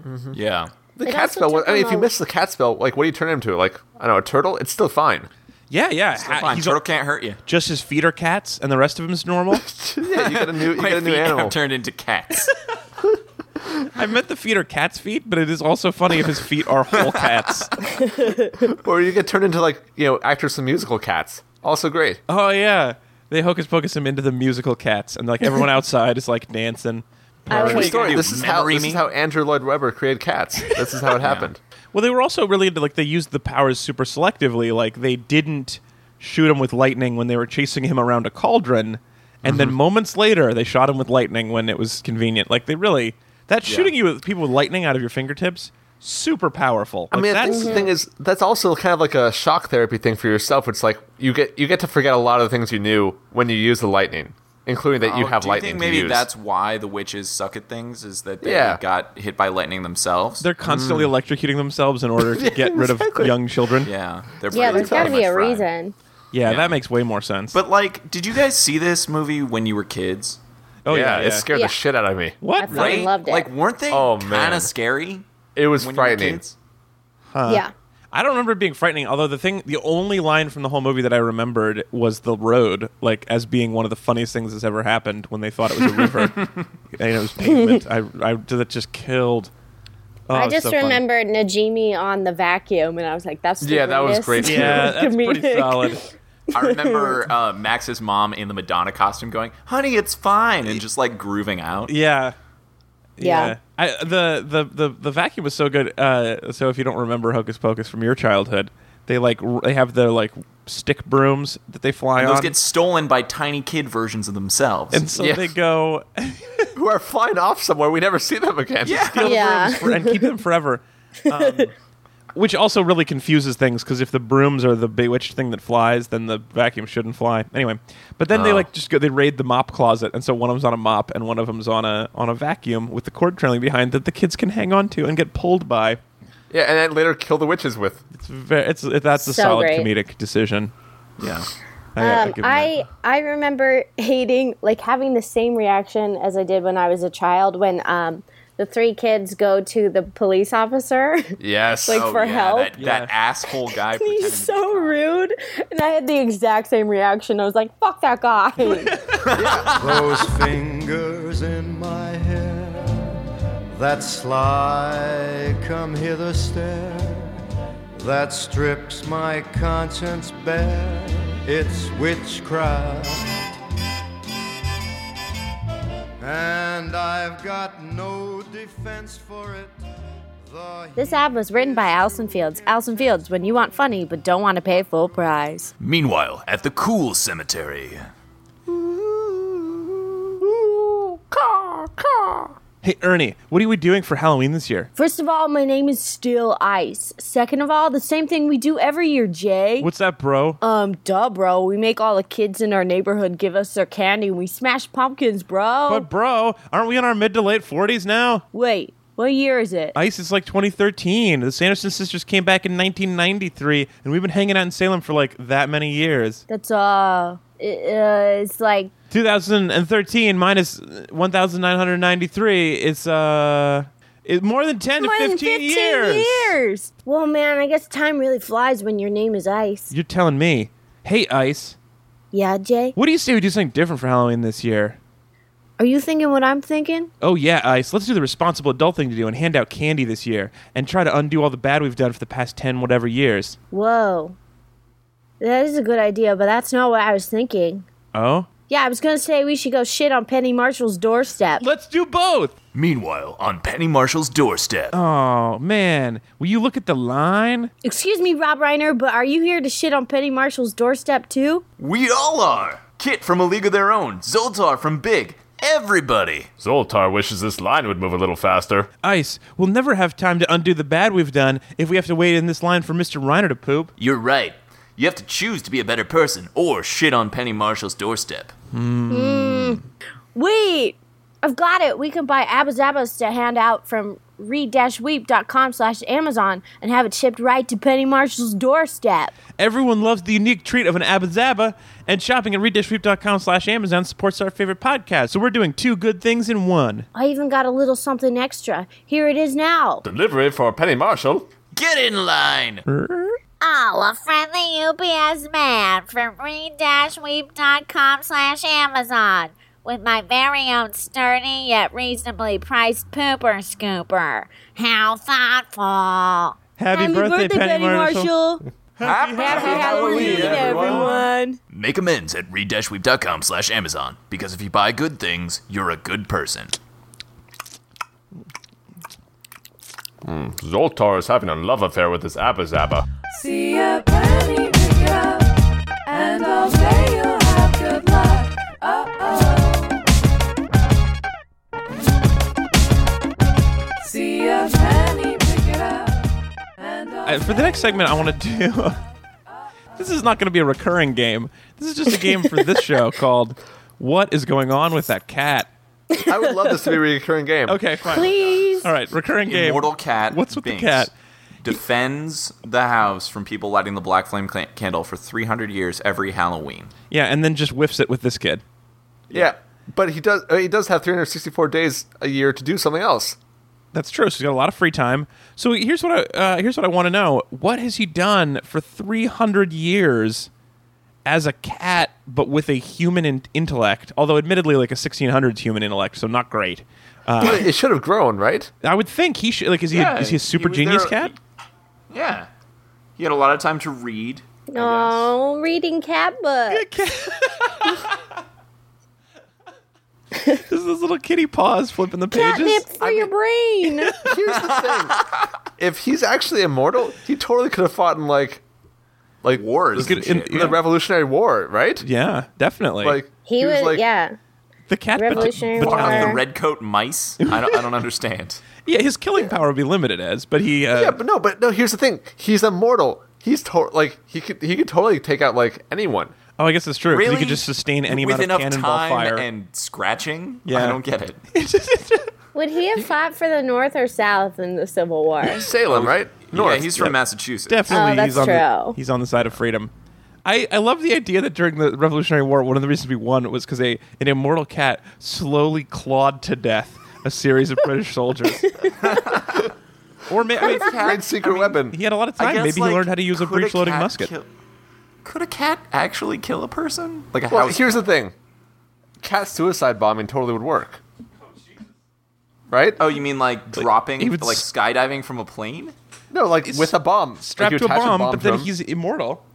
[SPEAKER 1] Mm-hmm.
[SPEAKER 4] Yeah.
[SPEAKER 2] The
[SPEAKER 5] It
[SPEAKER 2] cat
[SPEAKER 5] also
[SPEAKER 2] spell. was- I
[SPEAKER 5] took
[SPEAKER 2] mean,
[SPEAKER 5] him
[SPEAKER 2] if you
[SPEAKER 5] a-
[SPEAKER 2] miss the cat spell, like, what do you turn him to? Like, I don't know, a turtle? It's still fine.
[SPEAKER 1] Yeah, yeah.
[SPEAKER 4] Still
[SPEAKER 1] Ha-
[SPEAKER 4] fine.
[SPEAKER 1] he's-
[SPEAKER 4] Turtle can't hurt you.
[SPEAKER 1] just his feet are cats and the rest of him is normal.
[SPEAKER 2] yeah, you got a new, you
[SPEAKER 4] My
[SPEAKER 2] got a new
[SPEAKER 4] feet
[SPEAKER 2] animal.
[SPEAKER 4] have turned into cats.
[SPEAKER 1] I meant the feet are cat's feet, but it is also funny if his feet are whole cats.
[SPEAKER 2] or you get turned into, like, you know, actors from musical cats. Also great.
[SPEAKER 1] Oh yeah, they hocus pocus him into the musical cats, and like everyone outside is like dancing.
[SPEAKER 5] I was
[SPEAKER 2] True
[SPEAKER 5] like,
[SPEAKER 4] you gonna
[SPEAKER 2] story.
[SPEAKER 4] do,
[SPEAKER 2] This is how
[SPEAKER 4] memory
[SPEAKER 2] this
[SPEAKER 4] me?
[SPEAKER 2] is how Andrew Lloyd Webber created cats. This is how it happened.
[SPEAKER 1] Well, they were also really into like they used the powers super selectively. Like they didn't shoot him with lightning when they were chasing him around a cauldron, and
[SPEAKER 2] Mm-hmm.
[SPEAKER 1] then moments later they shot him with lightning when it was convenient. Like they really that shooting you with people with lightning out of your fingertips super powerful.
[SPEAKER 2] I
[SPEAKER 1] Like,
[SPEAKER 2] mean, I
[SPEAKER 1] that's
[SPEAKER 2] think the thing is that's also kind of like a shock therapy thing for yourself. It's like you get you get to forget a lot of the things you knew when you use the lightning, including that you
[SPEAKER 4] Oh,
[SPEAKER 2] have
[SPEAKER 4] do you
[SPEAKER 2] lightning.
[SPEAKER 4] think
[SPEAKER 2] to
[SPEAKER 4] maybe
[SPEAKER 2] use.
[SPEAKER 4] that's why the witches suck at things is that they
[SPEAKER 2] Yeah.
[SPEAKER 4] got hit by lightning themselves?
[SPEAKER 1] they're constantly electrocuting themselves in order to get rid
[SPEAKER 2] Mm. exactly.
[SPEAKER 1] of young children. Yeah.
[SPEAKER 4] yeah. They're
[SPEAKER 5] Yeah,
[SPEAKER 4] pretty-
[SPEAKER 5] there's got to
[SPEAKER 4] pretty
[SPEAKER 5] be a
[SPEAKER 4] much fried.
[SPEAKER 5] reason.
[SPEAKER 1] that makes way more sense.
[SPEAKER 4] But like, did you guys see this movie when you were kids?
[SPEAKER 1] oh
[SPEAKER 2] yeah,
[SPEAKER 1] yeah, yeah.
[SPEAKER 2] it scared
[SPEAKER 5] Yeah.
[SPEAKER 2] the shit out of me.
[SPEAKER 1] what?
[SPEAKER 5] That's not- I loved it.
[SPEAKER 4] Like, weren't they
[SPEAKER 2] Oh,
[SPEAKER 4] kind
[SPEAKER 2] man.
[SPEAKER 4] of scary?
[SPEAKER 2] It was
[SPEAKER 4] when you were
[SPEAKER 2] frightening.
[SPEAKER 4] kids?
[SPEAKER 5] yeah.
[SPEAKER 1] I don't remember it being frightening. Although the thing, the only line from the whole movie that I remembered was the road, like as being one of the funniest things that's ever happened when they thought it was a river and it was pavement. I, I that just killed. Oh,
[SPEAKER 3] I
[SPEAKER 1] it's
[SPEAKER 3] just
[SPEAKER 1] so funny.
[SPEAKER 3] remembered Najimi on the vacuum, and I was like, "That's the
[SPEAKER 2] Yeah, that was
[SPEAKER 3] greatest.
[SPEAKER 2] great, too.
[SPEAKER 1] Yeah, that's pretty
[SPEAKER 3] Comedic.
[SPEAKER 1] solid.
[SPEAKER 4] I remember uh, Max's mom in the Madonna costume going, "Honey, it's fine," and just like grooving out.
[SPEAKER 1] Yeah.
[SPEAKER 3] Yeah.
[SPEAKER 1] I, the, the the the vacuum was so good. Uh, so if you don't remember Hocus Pocus from your childhood, they like r- they have their like stick brooms that they fly
[SPEAKER 4] Those
[SPEAKER 1] on,
[SPEAKER 4] get stolen by tiny kid versions of themselves.
[SPEAKER 1] and so
[SPEAKER 2] Yeah.
[SPEAKER 1] they go
[SPEAKER 2] Who are flying off somewhere? We never see them again.
[SPEAKER 4] yeah.
[SPEAKER 3] Yeah.
[SPEAKER 1] for- and keep them forever. Um, which also really confuses things because if the brooms are the bewitched thing that flies, then the vacuum shouldn't fly. Anyway, but then they
[SPEAKER 4] Oh.
[SPEAKER 1] like just go. They raid the mop closet, and so one of them's on a mop, and one of them's on a on a vacuum with the cord trailing behind that the kids can hang on to and get pulled by.
[SPEAKER 2] yeah, and then later kill the witches with.
[SPEAKER 1] It's very, it's it, that's a
[SPEAKER 3] So
[SPEAKER 1] solid
[SPEAKER 3] great.
[SPEAKER 1] comedic decision.
[SPEAKER 4] yeah.
[SPEAKER 1] I, I
[SPEAKER 3] Um,
[SPEAKER 1] give him
[SPEAKER 3] I
[SPEAKER 1] that.
[SPEAKER 3] I remember hating like having the same reaction as I did when I was a child when um, the three kids go to the police officer.
[SPEAKER 2] Yes.
[SPEAKER 3] Like,
[SPEAKER 4] Oh,
[SPEAKER 3] for
[SPEAKER 4] yeah,
[SPEAKER 3] help?
[SPEAKER 4] That,
[SPEAKER 1] Yeah.
[SPEAKER 4] that asshole guy. pretending
[SPEAKER 3] He's
[SPEAKER 4] to be
[SPEAKER 3] so rude, and I had the exact same reaction. I was like, "Fuck that guy."
[SPEAKER 6] Those fingers in my hair, that sly come hither stare, that strips my conscience bare. It's witchcraft, and I've got no defense for it. The
[SPEAKER 3] this ad was written by Allison Fields. Allison Fields, when you want funny but don't want to pay full price.
[SPEAKER 4] Meanwhile, at the cool cemetery.
[SPEAKER 1] hey Ernie, what are we doing for Halloween this year?
[SPEAKER 3] First of all, my name is still Ice. Second of all, the same thing we do every year, Jay.
[SPEAKER 1] What's that, bro?
[SPEAKER 3] Um, duh, bro. We make all the kids in our neighborhood give us their candy and we smash pumpkins, bro.
[SPEAKER 1] but bro, aren't we in our mid to late forties now?
[SPEAKER 3] Wait, what year is it?
[SPEAKER 1] Ice is like 2013. The Sanderson sisters came back in 1993, and we've been hanging out in Salem for like that many years.
[SPEAKER 3] That's, uh, it, uh, it's like,
[SPEAKER 1] 2013 minus 1,993 is uh, it, more than 10
[SPEAKER 3] more
[SPEAKER 1] to
[SPEAKER 3] than
[SPEAKER 1] 15, years.
[SPEAKER 3] years. Well, man, I guess time really flies when your name is Ice.
[SPEAKER 1] You're telling me, hey Ice,
[SPEAKER 3] Yeah, Jay?
[SPEAKER 1] what do you say we do something different for Halloween this year?
[SPEAKER 3] Are you thinking what I'm thinking?
[SPEAKER 1] Oh yeah, Ice. Let's do the responsible adult thing to do and hand out candy this year and try to undo all the bad we've done for the past ten whatever years.
[SPEAKER 3] Whoa. That is a good idea, but that's not what I was thinking.
[SPEAKER 1] Oh,
[SPEAKER 3] Yeah, I was gonna say we should go shit on Penny Marshall's doorstep.
[SPEAKER 1] let's do both.
[SPEAKER 4] Meanwhile, on Penny Marshall's doorstep.
[SPEAKER 1] Oh man, will you look at the line?
[SPEAKER 3] Excuse me, Rob Reiner, but are you here to shit on Penny Marshall's doorstep too?
[SPEAKER 4] We all are. Kit from A League of Their Own, Zoltar from Big, everybody.
[SPEAKER 7] Zoltar wishes this line would move a little faster.
[SPEAKER 1] Ice, we'll never have time to undo the bad we've done if we have to wait in this line for Mr. Reiner to poop.
[SPEAKER 4] You're right. You have to choose to be a better person or shit on Penny Marshall's doorstep.
[SPEAKER 3] Wait, I've got it. We can buy Abba Zabbas to hand out from read-weep.com slash Amazon and have it shipped right to Penny Marshall's doorstep.
[SPEAKER 1] Everyone loves the unique treat of an Abba Zaba, and shopping at readdishweep.com slash Amazon supports our favorite podcast, so we're doing two good things in one.
[SPEAKER 3] I even got a little something extra. Here it is now.
[SPEAKER 7] Delivery for Penny Marshall.
[SPEAKER 4] Get in line!
[SPEAKER 8] Oh, a friendly UPS man from read-weep.com slash Amazon with my very own sturdy yet reasonably priced pooper scooper. How thoughtful.
[SPEAKER 1] Happy,
[SPEAKER 4] Happy,
[SPEAKER 3] Halloween, everyone.
[SPEAKER 4] Make amends at read-weep.com slash Amazon, because if you buy good things, you're a good person.
[SPEAKER 7] Zoltar is having a love affair with this Abba Zabba.
[SPEAKER 9] See a penny pick it up, and I'll say you'll have good luck. Uh oh. See a penny pick it up, and I'll
[SPEAKER 1] Uh, for the next segment, I want to do. this is not going to be a recurring game. This is just a game for this show called "What is going on with that cat?"
[SPEAKER 2] I would love this to be a recurring game.
[SPEAKER 1] Okay, fine.
[SPEAKER 3] Please.
[SPEAKER 1] All right, recurring game.
[SPEAKER 4] Immortal cat.
[SPEAKER 1] What's with the
[SPEAKER 4] Binks
[SPEAKER 1] cat?
[SPEAKER 4] Defends the house from people lighting the black flame clan- candle for 300 years every Halloween.
[SPEAKER 1] Yeah, and then just whiffs it with this kid.
[SPEAKER 2] Yeah, but he does. uh, He does have 364 days a year to do something else.
[SPEAKER 1] That's true. So he's got a lot of free time. So here's what I uh, here's what I want to know. What has he done for 300 years as a cat, but with a human in- intellect? Although admittedly, like a 1600s human intellect, so not great.
[SPEAKER 2] But it should have grown, right?
[SPEAKER 1] I would think he should like is he
[SPEAKER 4] Yeah,
[SPEAKER 1] is he a super
[SPEAKER 4] was
[SPEAKER 1] genius
[SPEAKER 4] there-
[SPEAKER 1] cat?
[SPEAKER 4] Yeah. He had a lot of time to read. I guess.
[SPEAKER 5] No, Oh, reading cat book.
[SPEAKER 1] There's this little kitty paws flipping the
[SPEAKER 5] Catnip
[SPEAKER 1] pages.
[SPEAKER 5] for your brain.
[SPEAKER 2] Here's the thing: if he's actually immortal, he totally could have fought in like, like
[SPEAKER 4] Wars.
[SPEAKER 1] Look at-
[SPEAKER 4] and
[SPEAKER 1] in-
[SPEAKER 4] shit,
[SPEAKER 1] in
[SPEAKER 2] the
[SPEAKER 4] right?
[SPEAKER 2] Revolutionary War, right?
[SPEAKER 1] Yeah, definitely.
[SPEAKER 2] Like
[SPEAKER 5] he was,
[SPEAKER 2] like,
[SPEAKER 5] yeah.
[SPEAKER 1] the cat bat-
[SPEAKER 5] Revolutionary
[SPEAKER 1] battalion.
[SPEAKER 5] War.
[SPEAKER 4] Fought the red coat mice. I don't, I don't understand.
[SPEAKER 1] Yeah, his killing power would be limited as, but he uh,
[SPEAKER 2] yeah, but no, but no. Here's the thing: he's immortal. He's to- like he could he could totally take out like anyone.
[SPEAKER 1] oh, I guess it's true. 'cause
[SPEAKER 4] Really?
[SPEAKER 1] He could just sustain any
[SPEAKER 4] With
[SPEAKER 1] amount of
[SPEAKER 4] enough
[SPEAKER 1] cannonball
[SPEAKER 4] time
[SPEAKER 1] fire.
[SPEAKER 4] and scratching.
[SPEAKER 1] Yeah.
[SPEAKER 4] I don't get it.
[SPEAKER 5] Would he have fought for the North or South in the Civil War?
[SPEAKER 2] Salem, right?
[SPEAKER 4] Yeah, he's from Massachusetts.
[SPEAKER 1] Definitely,
[SPEAKER 5] Oh, that's
[SPEAKER 1] he's on The,
[SPEAKER 5] true.
[SPEAKER 1] he's on the side of freedom. I, I love the idea that during the Revolutionary War, one of the reasons we won was because an immortal cat slowly clawed to death a series of British soldiers. or ma- I mean,
[SPEAKER 2] great secret weapon.
[SPEAKER 1] he had a lot of time. Maybe he learned how to use a breech-loading musket.
[SPEAKER 4] could a cat actually kill a person? Like a
[SPEAKER 2] well,
[SPEAKER 4] house.
[SPEAKER 2] here's the thing: cat suicide bombing totally would work, right?
[SPEAKER 4] oh, you mean like, dropping,
[SPEAKER 1] he would
[SPEAKER 4] like
[SPEAKER 1] s-
[SPEAKER 4] skydiving from a plane?
[SPEAKER 2] no, like with a bomb, Like,
[SPEAKER 1] strapped
[SPEAKER 2] you
[SPEAKER 1] to a
[SPEAKER 2] attach
[SPEAKER 1] bomb, but
[SPEAKER 2] to
[SPEAKER 1] then
[SPEAKER 2] him.
[SPEAKER 1] he's immortal,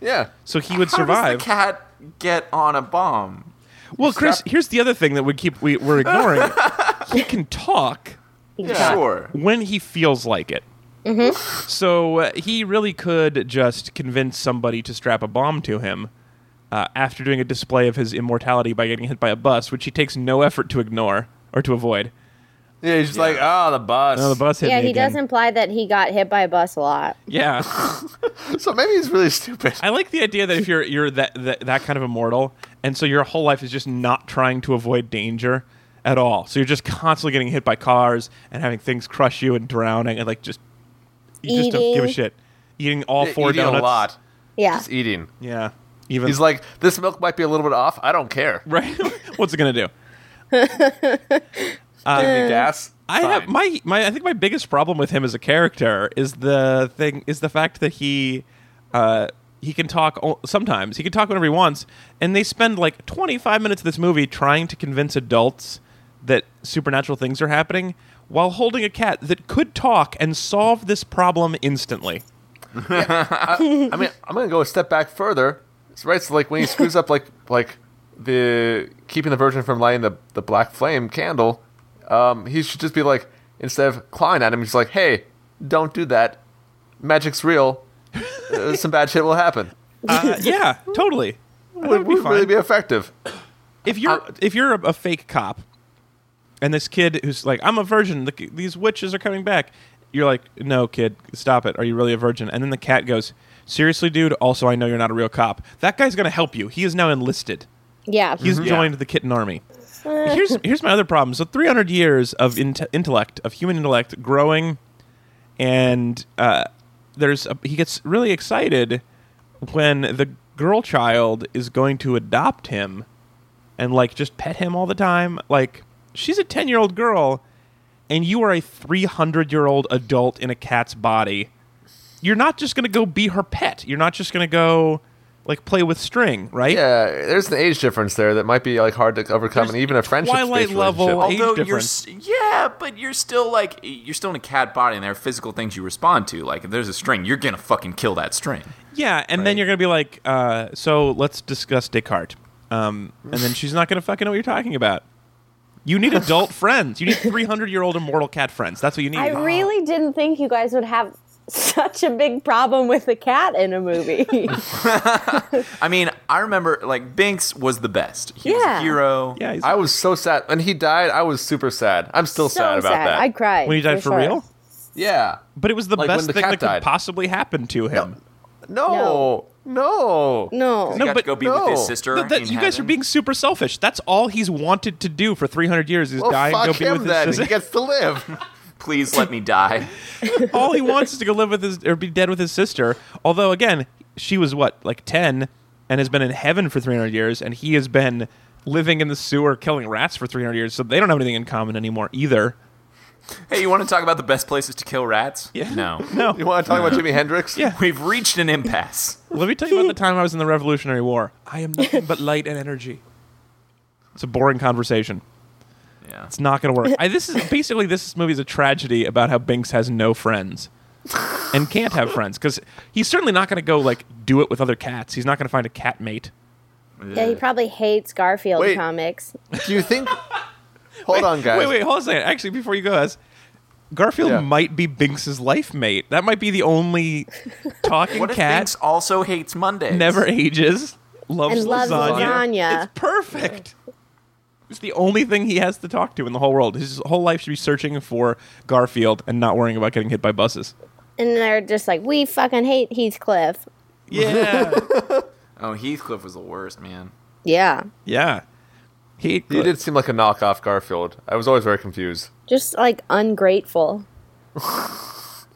[SPEAKER 2] yeah.
[SPEAKER 1] so he would
[SPEAKER 4] How
[SPEAKER 1] survive.
[SPEAKER 4] does the cat get on a bomb?
[SPEAKER 1] well, Chris,
[SPEAKER 2] strapped-
[SPEAKER 1] here's the other thing that we keep we, we're ignoring. he can talk.
[SPEAKER 4] Sure.
[SPEAKER 1] when he feels like it.
[SPEAKER 5] Mm-hmm.
[SPEAKER 1] So uh, he really could just convince somebody to strap a bomb to him uh, after doing a display of his immortality by getting hit by a bus, which he takes no effort to ignore or to avoid.
[SPEAKER 2] Yeah, he's just like, ah, the bus.
[SPEAKER 1] Oh, the bus hit
[SPEAKER 5] yeah,
[SPEAKER 1] me
[SPEAKER 5] he
[SPEAKER 1] again.
[SPEAKER 5] does imply that he got hit by a bus a lot.
[SPEAKER 1] Yeah,
[SPEAKER 2] So maybe he's really stupid.
[SPEAKER 1] I like the idea that if you're you're that, that that kind of immortal, and so your whole life is just not trying to avoid danger at all. So you're just constantly getting hit by cars and having things crush you and drowning, and like just you just don't give a
[SPEAKER 5] Eating.
[SPEAKER 1] shit. E, Eating all four
[SPEAKER 2] eating
[SPEAKER 1] donuts
[SPEAKER 2] a lot.
[SPEAKER 5] Yeah.
[SPEAKER 2] Just eating.
[SPEAKER 1] Yeah. Even
[SPEAKER 2] He's like, this milk might be a little bit off. I don't care.
[SPEAKER 1] right? What's it gonna do?
[SPEAKER 2] Give me gas.
[SPEAKER 1] I
[SPEAKER 2] Fine.
[SPEAKER 1] have my my. I think my biggest problem with him as a character is the thing is the fact that he. Uh, he can talk o- sometimes. He can talk whenever he wants, and they spend like 25 minutes of this movie trying to convince adults that supernatural things are happening while holding a cat that could talk and solve this problem instantly.
[SPEAKER 2] I mean, I'm gonna go a step back further. It's right. So like when he screws up, like like the keeping the virgin from lighting the the black flame candle, um, he should just be like instead of clawing at him, he's like, hey, don't do that. Magic's real. Uh, Some bad shit will happen.
[SPEAKER 1] Uh, yeah, totally.
[SPEAKER 2] Would,
[SPEAKER 1] be
[SPEAKER 2] would really
[SPEAKER 1] fine.
[SPEAKER 2] be effective. Uh,
[SPEAKER 1] if you're if you're a, a fake cop, and this kid who's like, "I'm a virgin," the, these witches are coming back. You're like, "No, kid, stop it. Are you really a virgin?" And then the cat goes, "Seriously, dude. Also, I know you're not a real cop. That guy's gonna help you. He is now enlisted.
[SPEAKER 5] Yeah.
[SPEAKER 1] He's joined the kitten army." here's here's my other problem. So 300 years of inte- intellect of human intellect growing, and uh, there's a, he gets really excited when the girl child is going to adopt him and like just pet him all the time. Like she's a ten year old girl, and you are a three hundred year old adult in a cat's body. You're not just gonna go be her pet. You're not just gonna go like play with string, right?
[SPEAKER 2] Yeah, there's an age difference there that might be like hard to overcome,
[SPEAKER 1] There's
[SPEAKER 2] and even a friendship. Oh,
[SPEAKER 1] Twilight level age
[SPEAKER 4] Although you're,
[SPEAKER 1] difference.
[SPEAKER 4] s- yeah, but you're still like you're still in a cat body, and there are physical things you respond to. Like if there's a string, you're gonna fucking kill that string.
[SPEAKER 1] Yeah, and then you're gonna be like, uh, so let's discuss Descartes. Um, and then she's not gonna fucking know what you're talking about. You need adult friends. You need 300 year old immortal cat friends. That's what you need.
[SPEAKER 3] I really didn't think you guys would have such a big problem with a cat in a movie.
[SPEAKER 4] I mean, I remember like Binks was the best. He was a
[SPEAKER 3] Yeah.
[SPEAKER 4] hero.
[SPEAKER 1] yeah. He's,
[SPEAKER 2] I was so sad when he died. I was super sad. I'm still
[SPEAKER 5] so
[SPEAKER 2] sad about
[SPEAKER 5] sad.
[SPEAKER 2] that.
[SPEAKER 5] I cried.
[SPEAKER 1] when he died for
[SPEAKER 5] sure.
[SPEAKER 1] real,
[SPEAKER 2] yeah.
[SPEAKER 1] but it was the
[SPEAKER 2] Like when
[SPEAKER 1] best
[SPEAKER 2] the
[SPEAKER 1] thing
[SPEAKER 2] cat
[SPEAKER 1] that
[SPEAKER 2] died.
[SPEAKER 1] could possibly happen to him.
[SPEAKER 2] No. No.
[SPEAKER 5] No.
[SPEAKER 4] He got
[SPEAKER 1] but-
[SPEAKER 4] to go be
[SPEAKER 2] No.
[SPEAKER 4] with his sister.
[SPEAKER 1] No, that-
[SPEAKER 4] in
[SPEAKER 1] you guys are
[SPEAKER 4] heaven.
[SPEAKER 1] being super selfish. That's all he's wanted to do for 300 years is
[SPEAKER 2] Well,
[SPEAKER 1] die and
[SPEAKER 2] Oh, fuck
[SPEAKER 1] go be
[SPEAKER 2] him
[SPEAKER 1] with
[SPEAKER 2] then.
[SPEAKER 1] his
[SPEAKER 2] He
[SPEAKER 1] sister.
[SPEAKER 2] gets to live.
[SPEAKER 4] Please let me die.
[SPEAKER 1] all he wants is to go live with his or be dead with his sister. Although again, she was what like ten and has been in heaven for three hundred years, and he has been living in the sewer killing rats for three hundred years. So they don't have anything in common anymore either.
[SPEAKER 4] Hey, you want to talk about the best places to kill rats?
[SPEAKER 1] Yeah.
[SPEAKER 4] No.
[SPEAKER 1] No,
[SPEAKER 2] You want to talk about Jimi Hendrix?
[SPEAKER 1] Yeah.
[SPEAKER 4] We've reached an impasse.
[SPEAKER 1] let me tell you about the time I was in the Revolutionary War. I am nothing but light and energy. It's a boring conversation.
[SPEAKER 4] Yeah.
[SPEAKER 1] It's not going to work. I, this is basically this movie is a tragedy about how Binks has no friends and can't have friends because he's certainly not going to go like do it with other cats. He's not going to find a cat mate.
[SPEAKER 5] Yeah, he probably hates Garfield
[SPEAKER 2] Wait.
[SPEAKER 5] comics.
[SPEAKER 2] Do you think? Hold on, guys.
[SPEAKER 1] Wait, wait, hold on a second. Actually, before you go, guys, Garfield
[SPEAKER 2] Yeah.
[SPEAKER 1] might be Binks's life mate. That might be the only talking
[SPEAKER 4] What if
[SPEAKER 1] cat.
[SPEAKER 4] Binks also hates Mondays?
[SPEAKER 1] never ages, loves
[SPEAKER 5] And loves lasagna.
[SPEAKER 1] It's perfect. It's the only thing he has to talk to in the whole world. His whole life should be searching for Garfield and not worrying about getting hit by buses.
[SPEAKER 5] And they're just like, we fucking hate Heathcliff.
[SPEAKER 1] Yeah,
[SPEAKER 4] Oh, Heathcliff was the worst, man.
[SPEAKER 5] Yeah.
[SPEAKER 1] yeah. He,
[SPEAKER 2] You did seem like a knockoff Garfield. I was always very confused.
[SPEAKER 5] Just like ungrateful.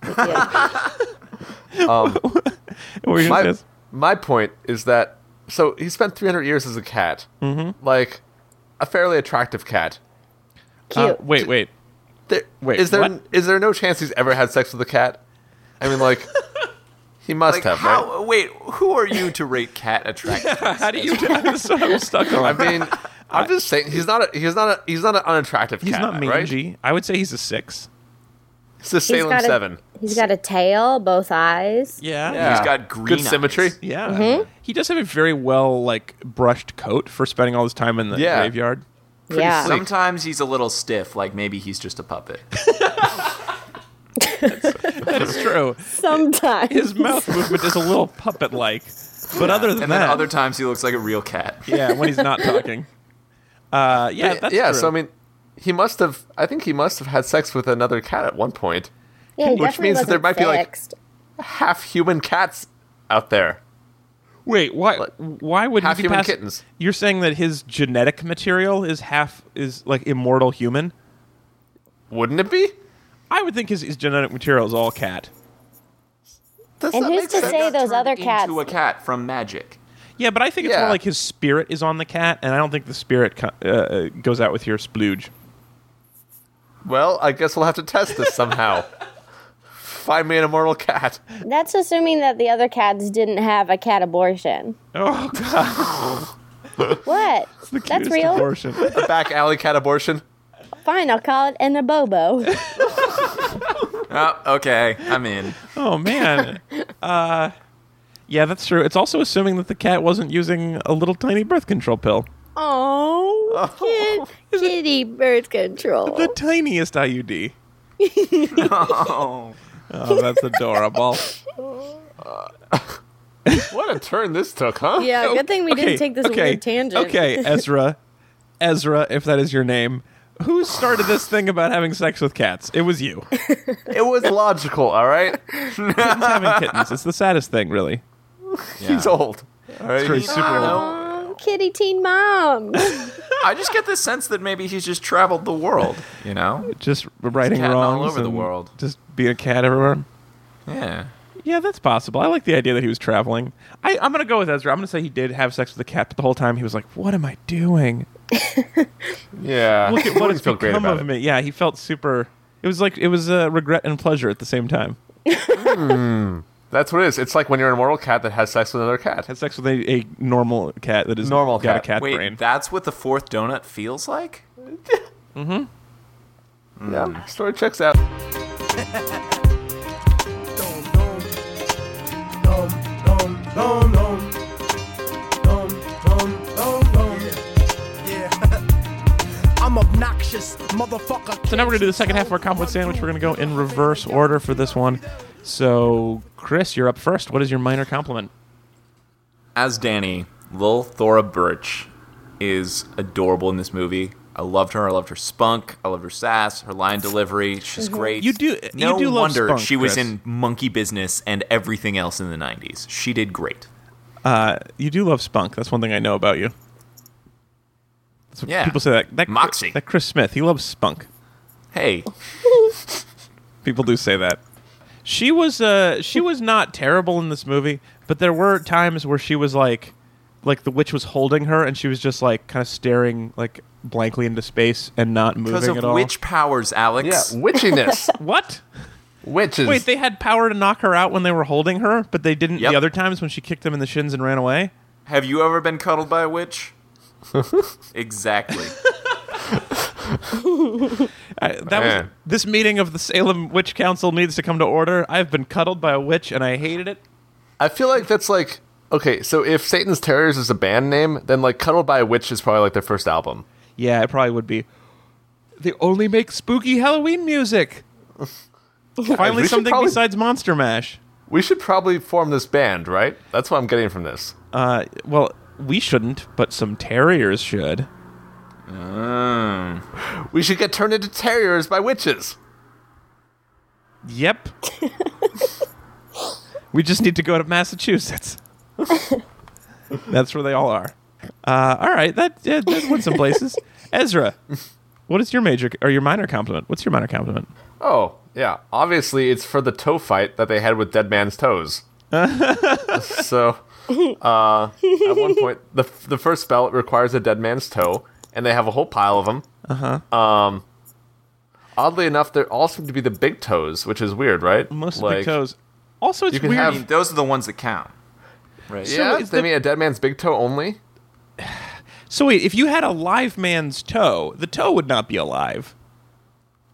[SPEAKER 5] Yeah.
[SPEAKER 1] What were you gonna
[SPEAKER 2] My,
[SPEAKER 1] say?
[SPEAKER 2] my point is that so he spent 300 years as a cat, mm-hmm. like a fairly attractive cat.
[SPEAKER 5] Cute.
[SPEAKER 1] Uh, wait, wait.
[SPEAKER 2] There,
[SPEAKER 1] Wait,
[SPEAKER 2] is there is
[SPEAKER 1] what?
[SPEAKER 2] there no chance he's ever had sex with a cat? I mean, like he must
[SPEAKER 4] Like,
[SPEAKER 2] have, right?
[SPEAKER 4] how? Wait, who are you to rate cat attractive?
[SPEAKER 1] How do you? That's what I'm stuck on.
[SPEAKER 2] I mean, I'm just saying he's not a, he's not a, he's not an unattractive
[SPEAKER 1] he's
[SPEAKER 2] cat.
[SPEAKER 1] not
[SPEAKER 2] Right?
[SPEAKER 1] mangy. I would say he's a six.
[SPEAKER 2] It's a
[SPEAKER 5] He's
[SPEAKER 2] Salem
[SPEAKER 5] got a-
[SPEAKER 2] Seven.
[SPEAKER 5] He's got a tail, both eyes.
[SPEAKER 1] Yeah,
[SPEAKER 2] Yeah.
[SPEAKER 4] He's got green
[SPEAKER 2] good symmetry.
[SPEAKER 4] eyes.
[SPEAKER 1] yeah. He does have a very well like brushed coat for spending all this time in the
[SPEAKER 2] Yeah.
[SPEAKER 1] graveyard.
[SPEAKER 5] yeah.
[SPEAKER 4] Sometimes he's a little stiff, like maybe he's just a puppet.
[SPEAKER 1] That's true.
[SPEAKER 5] Sometimes.
[SPEAKER 1] His mouth movement is a little puppet like, but other than
[SPEAKER 4] and
[SPEAKER 1] that,
[SPEAKER 4] then other times he looks like a real cat.
[SPEAKER 1] Yeah, when he's not talking. Uh, yeah, that's
[SPEAKER 2] yeah.
[SPEAKER 1] true.
[SPEAKER 2] So I mean, he must have. I think he must have had sex with another cat at one point.
[SPEAKER 5] yeah, he
[SPEAKER 2] which
[SPEAKER 5] definitely
[SPEAKER 2] means that there
[SPEAKER 5] wasn't
[SPEAKER 2] might be, like-
[SPEAKER 5] fixed.
[SPEAKER 2] Half human cats out there.
[SPEAKER 1] wait, why? Why would
[SPEAKER 2] half
[SPEAKER 1] he be
[SPEAKER 2] human
[SPEAKER 1] pass-
[SPEAKER 2] kittens.
[SPEAKER 1] You're saying that his genetic material is half is like immortal human.
[SPEAKER 2] Wouldn't it be?
[SPEAKER 1] I would think his, his genetic material is all cat.
[SPEAKER 2] Does
[SPEAKER 5] And
[SPEAKER 2] that
[SPEAKER 5] who's
[SPEAKER 2] make
[SPEAKER 5] to
[SPEAKER 2] sense?
[SPEAKER 5] say those
[SPEAKER 4] Turned
[SPEAKER 5] other cats?
[SPEAKER 4] Into a cat from Magic.
[SPEAKER 1] Yeah, but I think it's
[SPEAKER 2] Yeah.
[SPEAKER 1] more like his spirit is on the cat, and I don't think the spirit co- uh, uh, goes out with your splooge.
[SPEAKER 2] Well, I guess we'll have to test this somehow. Find me an immortal cat.
[SPEAKER 5] That's assuming that the other cats didn't have a cat abortion.
[SPEAKER 1] Oh god,
[SPEAKER 5] What?
[SPEAKER 1] the
[SPEAKER 5] That's
[SPEAKER 1] cutest
[SPEAKER 5] real.
[SPEAKER 1] abortion.
[SPEAKER 2] A back alley cat abortion.
[SPEAKER 5] Fine, I'll call it an abobo.
[SPEAKER 4] Oh, okay, I'm in.
[SPEAKER 1] Oh man. Uh, yeah, that's true. It's also assuming that the cat wasn't using a little tiny birth control pill.
[SPEAKER 5] Oh, kid, kitty birth control.
[SPEAKER 1] The tiniest IUD.
[SPEAKER 4] Oh,
[SPEAKER 1] Oh, that's adorable.
[SPEAKER 2] What a turn this took, huh?
[SPEAKER 5] yeah, good thing we
[SPEAKER 1] Okay,
[SPEAKER 5] didn't take this
[SPEAKER 1] okay,
[SPEAKER 5] weird tangent.
[SPEAKER 1] Okay, Ezra, Ezra, if that is your name, who started this thing about having sex with cats? It was you. Kittens
[SPEAKER 2] It was logical, all right?
[SPEAKER 1] having kittens. It's the saddest thing, really.
[SPEAKER 2] He's old. All right.
[SPEAKER 1] Very super.
[SPEAKER 5] Oh, kitty teen mom.
[SPEAKER 4] I just get the sense that maybe he's just traveled the world. You know?
[SPEAKER 1] Just writing
[SPEAKER 4] catting all
[SPEAKER 1] wrongs
[SPEAKER 4] over the
[SPEAKER 1] and
[SPEAKER 4] world.
[SPEAKER 1] Just being a cat everywhere.
[SPEAKER 4] Yeah.
[SPEAKER 1] Yeah, that's possible. I like the idea that he was traveling. I, I'm gonna go with Ezra. I'm gonna say he did have sex with the cat, but the whole time he was like, "What am I doing?
[SPEAKER 2] Yeah.
[SPEAKER 1] Look at what
[SPEAKER 2] Wouldn't
[SPEAKER 1] has become of
[SPEAKER 2] it.
[SPEAKER 1] me." Yeah, he felt super. It was like it was uh, regret and pleasure at the same time.
[SPEAKER 2] That's what it is. It's like when you're an immortal cat that has sex with another cat.
[SPEAKER 1] Had sex with a, a normal cat that is
[SPEAKER 2] Normal
[SPEAKER 1] got
[SPEAKER 2] cat.
[SPEAKER 1] a cat
[SPEAKER 4] Wait,
[SPEAKER 1] brain.
[SPEAKER 4] that's what the fourth donut feels like.
[SPEAKER 1] Mm.
[SPEAKER 2] Yeah. Story checks out.
[SPEAKER 10] I'm obnoxious, motherfucker.
[SPEAKER 1] So now we're gonna do the second half of our compliment sandwich. We're gonna go in reverse order for this one. So, Chris, you're up first. What is your minor compliment?
[SPEAKER 4] As Danny, Lil Thora Birch is adorable in this movie. I loved her. I loved her spunk. I loved her sass. Her line delivery. She's great.
[SPEAKER 1] You do-
[SPEAKER 4] No
[SPEAKER 1] you do love
[SPEAKER 4] wonder
[SPEAKER 1] spunk,
[SPEAKER 4] she was
[SPEAKER 1] Chris.
[SPEAKER 4] in Monkey Business and everything else in the '90s. She did great.
[SPEAKER 1] Uh, you do love spunk. That's one thing I know about you. That's what
[SPEAKER 4] Yeah.
[SPEAKER 1] People say that. that
[SPEAKER 4] Moxie.
[SPEAKER 1] That Chris Smith. He loves spunk.
[SPEAKER 4] Hey,
[SPEAKER 1] People do say that. She was uh she was not terrible in this movie, but there were times where she was like like the witch was holding her and she was just like kind of staring like blankly into space and not
[SPEAKER 4] because
[SPEAKER 1] moving
[SPEAKER 4] of
[SPEAKER 1] at all.
[SPEAKER 4] witch powers,
[SPEAKER 2] Yeah.
[SPEAKER 4] Alex.
[SPEAKER 2] Witchiness.
[SPEAKER 1] what?
[SPEAKER 2] Witches.
[SPEAKER 1] Wait, they had power to knock her out when they were holding her, but they didn't
[SPEAKER 4] Yep.
[SPEAKER 1] the other times when she kicked them in the shins and ran away?
[SPEAKER 4] Have you ever been cuddled by a witch? exactly.
[SPEAKER 1] I, that was
[SPEAKER 2] Man.
[SPEAKER 1] this meeting of the Salem Witch Council needs to come to order. I've been cuddled by a witch and I hated it.
[SPEAKER 2] I feel like that's like okay. So if Satan's Terrors is a band name, then like Cuddled by a Witch is probably like their first album.
[SPEAKER 1] Yeah, it probably would be. They only make spooky Halloween music. Finally,
[SPEAKER 2] we should
[SPEAKER 1] something
[SPEAKER 2] probably-
[SPEAKER 1] besides Monster Mash.
[SPEAKER 2] We should probably form this band, right? That's what I'm getting from this.
[SPEAKER 1] Uh, well, we shouldn't, but some terriers should.
[SPEAKER 2] We should get turned into terriers by witches.
[SPEAKER 1] Yep. we just need to go to Massachusetts. That's where they all are. Uh, all right, that yeah, that went some places. Ezra, what is your major or your minor compliment? What's your minor compliment?
[SPEAKER 2] Oh yeah, obviously it's for the toe fight that they had with Dead Man's Toes. so uh, at one point, the the first spell requires a dead man's toe, and they have a whole pile of them.
[SPEAKER 1] Uh huh.
[SPEAKER 2] Um, oddly enough, they all seem to be the big toes, which is weird, right?
[SPEAKER 1] Most of the
[SPEAKER 2] Like,
[SPEAKER 1] big toes. Also, it's
[SPEAKER 2] you can
[SPEAKER 1] weird.
[SPEAKER 2] have-
[SPEAKER 4] I mean, those are the ones that count. Right.
[SPEAKER 1] So
[SPEAKER 2] yeah,
[SPEAKER 1] is
[SPEAKER 2] they
[SPEAKER 1] the-
[SPEAKER 2] mean a dead man's big toe only.
[SPEAKER 1] So wait, if you had a live man's toe, the toe would not be alive.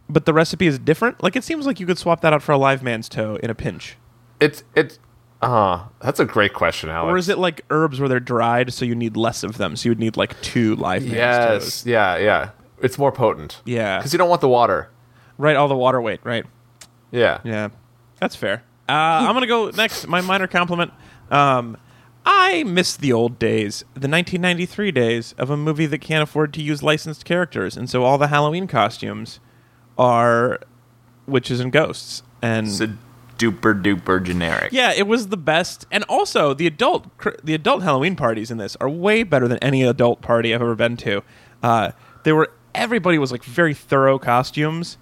[SPEAKER 1] But the recipe is different. Like it seems like you could swap that out for a live man's toe in a pinch.
[SPEAKER 2] It's it. Uh, that's a great question, Alex.
[SPEAKER 1] Or is it like herbs where they're dried, so you need less of them? So you would need like two live man's
[SPEAKER 2] yes,
[SPEAKER 1] toes.
[SPEAKER 2] yeah, yeah. It's more potent.
[SPEAKER 1] Yeah.
[SPEAKER 2] because you don't want the water.
[SPEAKER 1] Right, all the water weight, right?
[SPEAKER 2] Yeah,
[SPEAKER 1] Yeah, that's fair. Uh, I'm gonna go next. My minor compliment. Um, I miss the old days, the 1993 days of a movie that can't afford to use licensed characters, and so all the Halloween costumes are witches and ghosts. And
[SPEAKER 4] It's a duper duper generic.
[SPEAKER 1] yeah, it was the best. And also, the adult cr- the adult Halloween parties in this are way better than any adult party I've ever been to. Uh, they were everybody was like very thorough costumes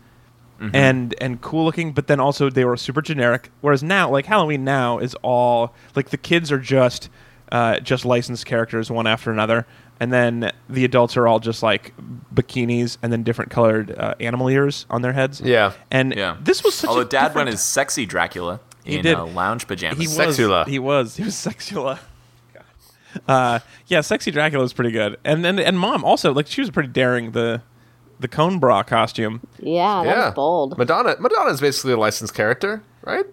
[SPEAKER 4] Mm-hmm.
[SPEAKER 1] and and cool looking, but then also they were super generic. Whereas now, like Halloween now is all like the kids are just uh, just licensed characters one after another, and then the adults are all just like bikinis and then different colored uh, animal ears on their heads.
[SPEAKER 2] Yeah.
[SPEAKER 1] and
[SPEAKER 4] Yeah.
[SPEAKER 1] this was such
[SPEAKER 4] Although
[SPEAKER 1] a
[SPEAKER 4] Dad
[SPEAKER 1] different-
[SPEAKER 4] went as sexy Dracula
[SPEAKER 1] He
[SPEAKER 4] in
[SPEAKER 1] did.
[SPEAKER 4] Uh, lounge pajamas.
[SPEAKER 1] he was
[SPEAKER 2] Sexula.
[SPEAKER 1] he was he was sexula uh yeah sexy dracula was pretty good and and and mom also like she was pretty daring the the cone bra costume
[SPEAKER 3] Yeah, that
[SPEAKER 2] yeah.
[SPEAKER 3] was bold.
[SPEAKER 2] Madonna. Madonna's basically a licensed character, right?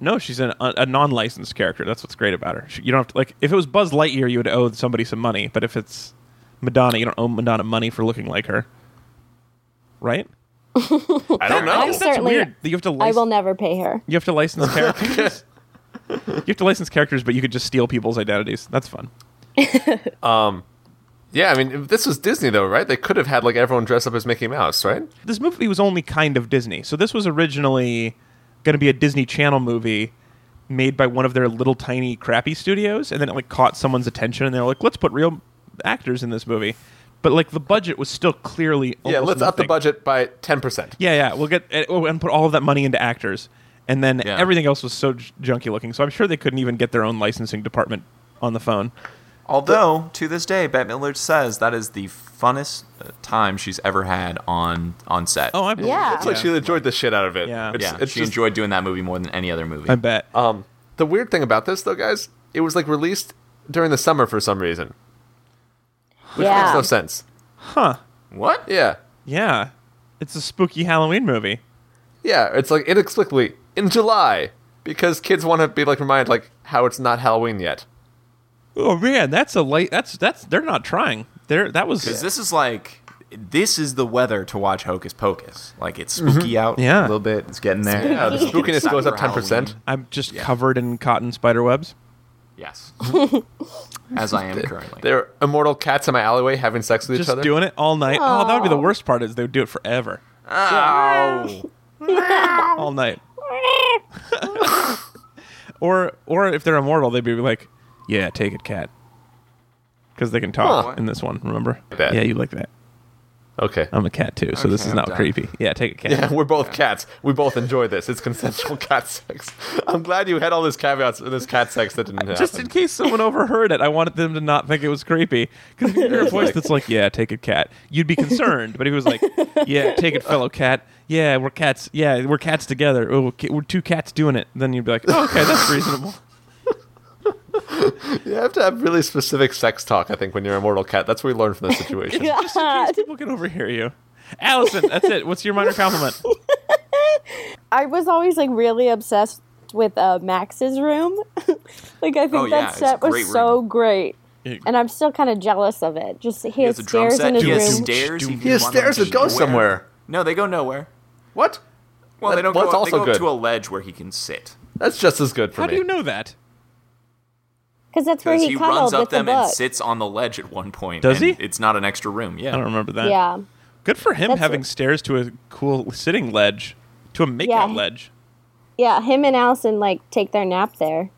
[SPEAKER 1] no she's an, a, a non-licensed character that's what's great about her she, you don't have to like if it was buzz lightyear you would owe somebody some money but if it's madonna you don't owe madonna money for looking like her right
[SPEAKER 2] I don't know.
[SPEAKER 3] I
[SPEAKER 1] that's
[SPEAKER 3] certainly-
[SPEAKER 1] weird that you have to
[SPEAKER 3] I
[SPEAKER 1] license
[SPEAKER 3] will never pay her.
[SPEAKER 1] you have to license characters you have to license characters but you could just steal people's identities that's fun
[SPEAKER 2] Yeah, I mean, if this was Disney though, right? They could have had like everyone dress up as Mickey Mouse, right?
[SPEAKER 1] this movie was only kind of Disney. So this was originally going to be a Disney Channel movie made by one of their little tiny crappy studios, and then it like caught someone's attention, and they were like, "Let's put real actors in this movie." But like the budget was still clearly
[SPEAKER 2] yeah,
[SPEAKER 1] almost
[SPEAKER 2] let's up the
[SPEAKER 1] nothing.
[SPEAKER 2] budget by ten percent.
[SPEAKER 1] Yeah, yeah, we'll get and- oh, and put all of that money into actors, and then
[SPEAKER 4] Yeah.
[SPEAKER 1] everything else was so j- junky looking. So I'm sure they couldn't even get their own licensing department on the phone.
[SPEAKER 4] Although to this day, Bette Miller says that is the funnest uh, time she's ever had on on set.
[SPEAKER 1] Oh, I believe
[SPEAKER 3] Yeah.
[SPEAKER 1] it.
[SPEAKER 2] It's like she enjoyed the shit out of it.
[SPEAKER 1] Yeah.
[SPEAKER 2] it's,
[SPEAKER 4] yeah,
[SPEAKER 2] it's
[SPEAKER 4] she
[SPEAKER 2] just-
[SPEAKER 4] enjoyed doing that movie more than any other movie.
[SPEAKER 1] I bet.
[SPEAKER 2] Um, the weird thing about this though, guys, it was like released during the summer for some reason, which makes
[SPEAKER 3] Yeah.
[SPEAKER 2] no sense.
[SPEAKER 1] Huh?
[SPEAKER 4] what?
[SPEAKER 2] Yeah,
[SPEAKER 1] Yeah, it's a spooky Halloween movie.
[SPEAKER 2] yeah, it's like inexplicably in July because kids want to be like reminded like how it's not Halloween yet.
[SPEAKER 1] Oh man, that's a late. That's that's. They're not trying. They're that was.
[SPEAKER 4] Because this is like this is the weather to watch Hocus Pocus. Like it's
[SPEAKER 2] Mm-hmm.
[SPEAKER 4] spooky out.
[SPEAKER 1] Yeah.
[SPEAKER 4] a little bit. It's getting there.
[SPEAKER 2] Yeah, the
[SPEAKER 4] It's getting
[SPEAKER 2] spookiness goes up ten
[SPEAKER 4] summer
[SPEAKER 2] percent.
[SPEAKER 4] Halloween.
[SPEAKER 1] I'm just covered in cotton spider webs.
[SPEAKER 4] Yes, as I am currently.
[SPEAKER 2] They're immortal cats in my alleyway having sex with each
[SPEAKER 1] Just
[SPEAKER 2] other.
[SPEAKER 1] doing it all night. Oh, that would be the worst part is they would do it forever,
[SPEAKER 4] Ow.
[SPEAKER 1] all night. or or if they're immortal, they'd be like, "Yeah, take it, cat," because they can talk
[SPEAKER 2] Huh.
[SPEAKER 1] in this one. Remember?
[SPEAKER 2] that.
[SPEAKER 1] Yeah, you like that.
[SPEAKER 2] okay.
[SPEAKER 1] I'm a cat too, so this
[SPEAKER 4] Okay,
[SPEAKER 1] is
[SPEAKER 4] I'm
[SPEAKER 1] not
[SPEAKER 4] done.
[SPEAKER 1] creepy. Yeah, take it, cat.
[SPEAKER 2] Yeah, we're both cats. We both enjoy this. It's consensual cat sex. I'm glad you had all these caveats in this cat sex that didn't happen.
[SPEAKER 1] Just in case someone overheard it, I wanted them to not think it was creepy. Because if you hear a voice that's like, "Yeah, take it, cat," you'd be concerned. But if he was like, "Yeah, take it, fellow cat," "Yeah, we're cats," "Yeah, we're cats together," "Oh, ca- we're two cats doing it," then you'd be like, oh, "Okay, that's reasonable."
[SPEAKER 2] you have to have really specific sex talk, I think, when you're a mortal cat. That's what we learned from this situation.
[SPEAKER 1] Just in case people can overhear you. Allison, that's it. What's your minor compliment?
[SPEAKER 3] I was always like really obsessed with uh, Max's room. like I think
[SPEAKER 4] Oh,
[SPEAKER 3] that
[SPEAKER 4] yeah, it's a
[SPEAKER 3] set was
[SPEAKER 4] great
[SPEAKER 3] so great,
[SPEAKER 1] It-
[SPEAKER 3] and I'm still kind of jealous of it. Just he, has
[SPEAKER 4] has a drum
[SPEAKER 3] stairs in
[SPEAKER 4] set.
[SPEAKER 3] his
[SPEAKER 4] He has
[SPEAKER 3] room.
[SPEAKER 4] stairs. He,
[SPEAKER 2] He has stairs that go somewhere.
[SPEAKER 4] No, they go nowhere.
[SPEAKER 2] What?
[SPEAKER 4] Well, they
[SPEAKER 2] That-
[SPEAKER 4] don't go.
[SPEAKER 2] that's
[SPEAKER 4] Up,
[SPEAKER 2] also
[SPEAKER 4] they go
[SPEAKER 2] good.
[SPEAKER 4] up to a ledge where he can sit
[SPEAKER 2] That's just as good for
[SPEAKER 1] How
[SPEAKER 2] me.
[SPEAKER 1] do you know that?
[SPEAKER 3] Because that's where
[SPEAKER 4] because
[SPEAKER 3] he,
[SPEAKER 4] he
[SPEAKER 3] cuddled
[SPEAKER 4] runs up
[SPEAKER 3] with
[SPEAKER 4] them
[SPEAKER 3] the book.
[SPEAKER 4] and sits on the ledge at one point.
[SPEAKER 1] Does
[SPEAKER 4] and
[SPEAKER 1] he?
[SPEAKER 4] It's not an extra room. Yeah,
[SPEAKER 1] I don't remember that.
[SPEAKER 3] yeah,
[SPEAKER 1] Good for him
[SPEAKER 3] That's
[SPEAKER 1] having
[SPEAKER 3] it.
[SPEAKER 1] stairs to a cool sitting ledge, to a makeout
[SPEAKER 3] Yeah.
[SPEAKER 1] ledge.
[SPEAKER 3] yeah. Him and Allison like take their nap there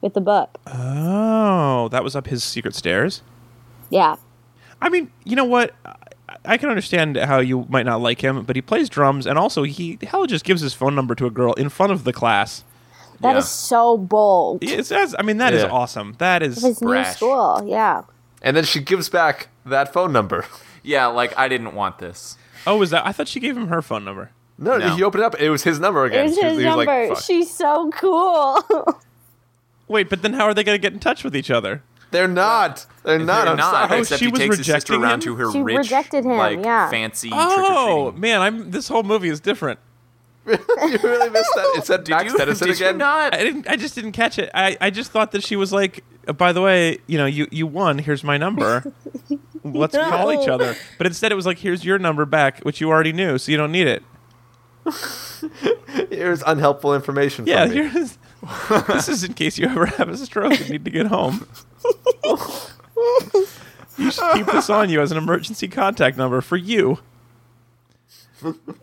[SPEAKER 3] with the book.
[SPEAKER 1] Oh, that was up his secret stairs.
[SPEAKER 3] Yeah,
[SPEAKER 1] I mean, you know what? I, I can understand how you might not like him, but he plays drums, and also he hell just gives his phone number to a girl in front of the class.
[SPEAKER 3] that is
[SPEAKER 4] Yeah.
[SPEAKER 3] so bold.
[SPEAKER 1] It's, that's, I mean, that is
[SPEAKER 2] Yeah.
[SPEAKER 1] awesome. That is
[SPEAKER 3] Of his new
[SPEAKER 4] brash.
[SPEAKER 3] school, yeah.
[SPEAKER 2] And then she gives back that phone number.
[SPEAKER 4] yeah. Like I didn't want this.
[SPEAKER 1] oh, was that? I thought she gave him her phone number.
[SPEAKER 2] No,
[SPEAKER 4] No.
[SPEAKER 2] he opened it up. It was his number again.
[SPEAKER 3] Here's
[SPEAKER 2] She
[SPEAKER 3] his
[SPEAKER 2] was- he was like,
[SPEAKER 3] number.
[SPEAKER 2] "Fuck."
[SPEAKER 3] She's so cool.
[SPEAKER 1] Wait, but then how are they going to get in touch with each other?
[SPEAKER 2] They're not. They're not. Oh,
[SPEAKER 4] They're
[SPEAKER 2] I'm
[SPEAKER 4] not.
[SPEAKER 2] sorry.
[SPEAKER 4] Except
[SPEAKER 1] she
[SPEAKER 4] he
[SPEAKER 1] was
[SPEAKER 4] takes his sister
[SPEAKER 1] rejecting
[SPEAKER 4] around
[SPEAKER 1] him?
[SPEAKER 4] to her
[SPEAKER 3] She
[SPEAKER 4] rich,
[SPEAKER 3] rejected him,
[SPEAKER 4] like
[SPEAKER 3] yeah.
[SPEAKER 4] fancy.
[SPEAKER 1] Oh
[SPEAKER 4] trick-or-treating.
[SPEAKER 1] man, I'm this whole movie is different.
[SPEAKER 2] you really missed that. It said Max
[SPEAKER 4] you-
[SPEAKER 2] Edison
[SPEAKER 4] did you
[SPEAKER 2] again.
[SPEAKER 4] not?
[SPEAKER 1] I didn't. I just didn't catch it. I, I just thought that she was like, "Uh, by the way, you know, you you won. Here's my number. Let's call each other. But instead, it was like, here's your number back, which you already knew, so you don't need it.
[SPEAKER 2] Here's unhelpful information.
[SPEAKER 1] Yeah,
[SPEAKER 2] from me.
[SPEAKER 1] here's, this is in case you ever have a stroke and need to get home. you should keep this on you as an emergency contact number for you.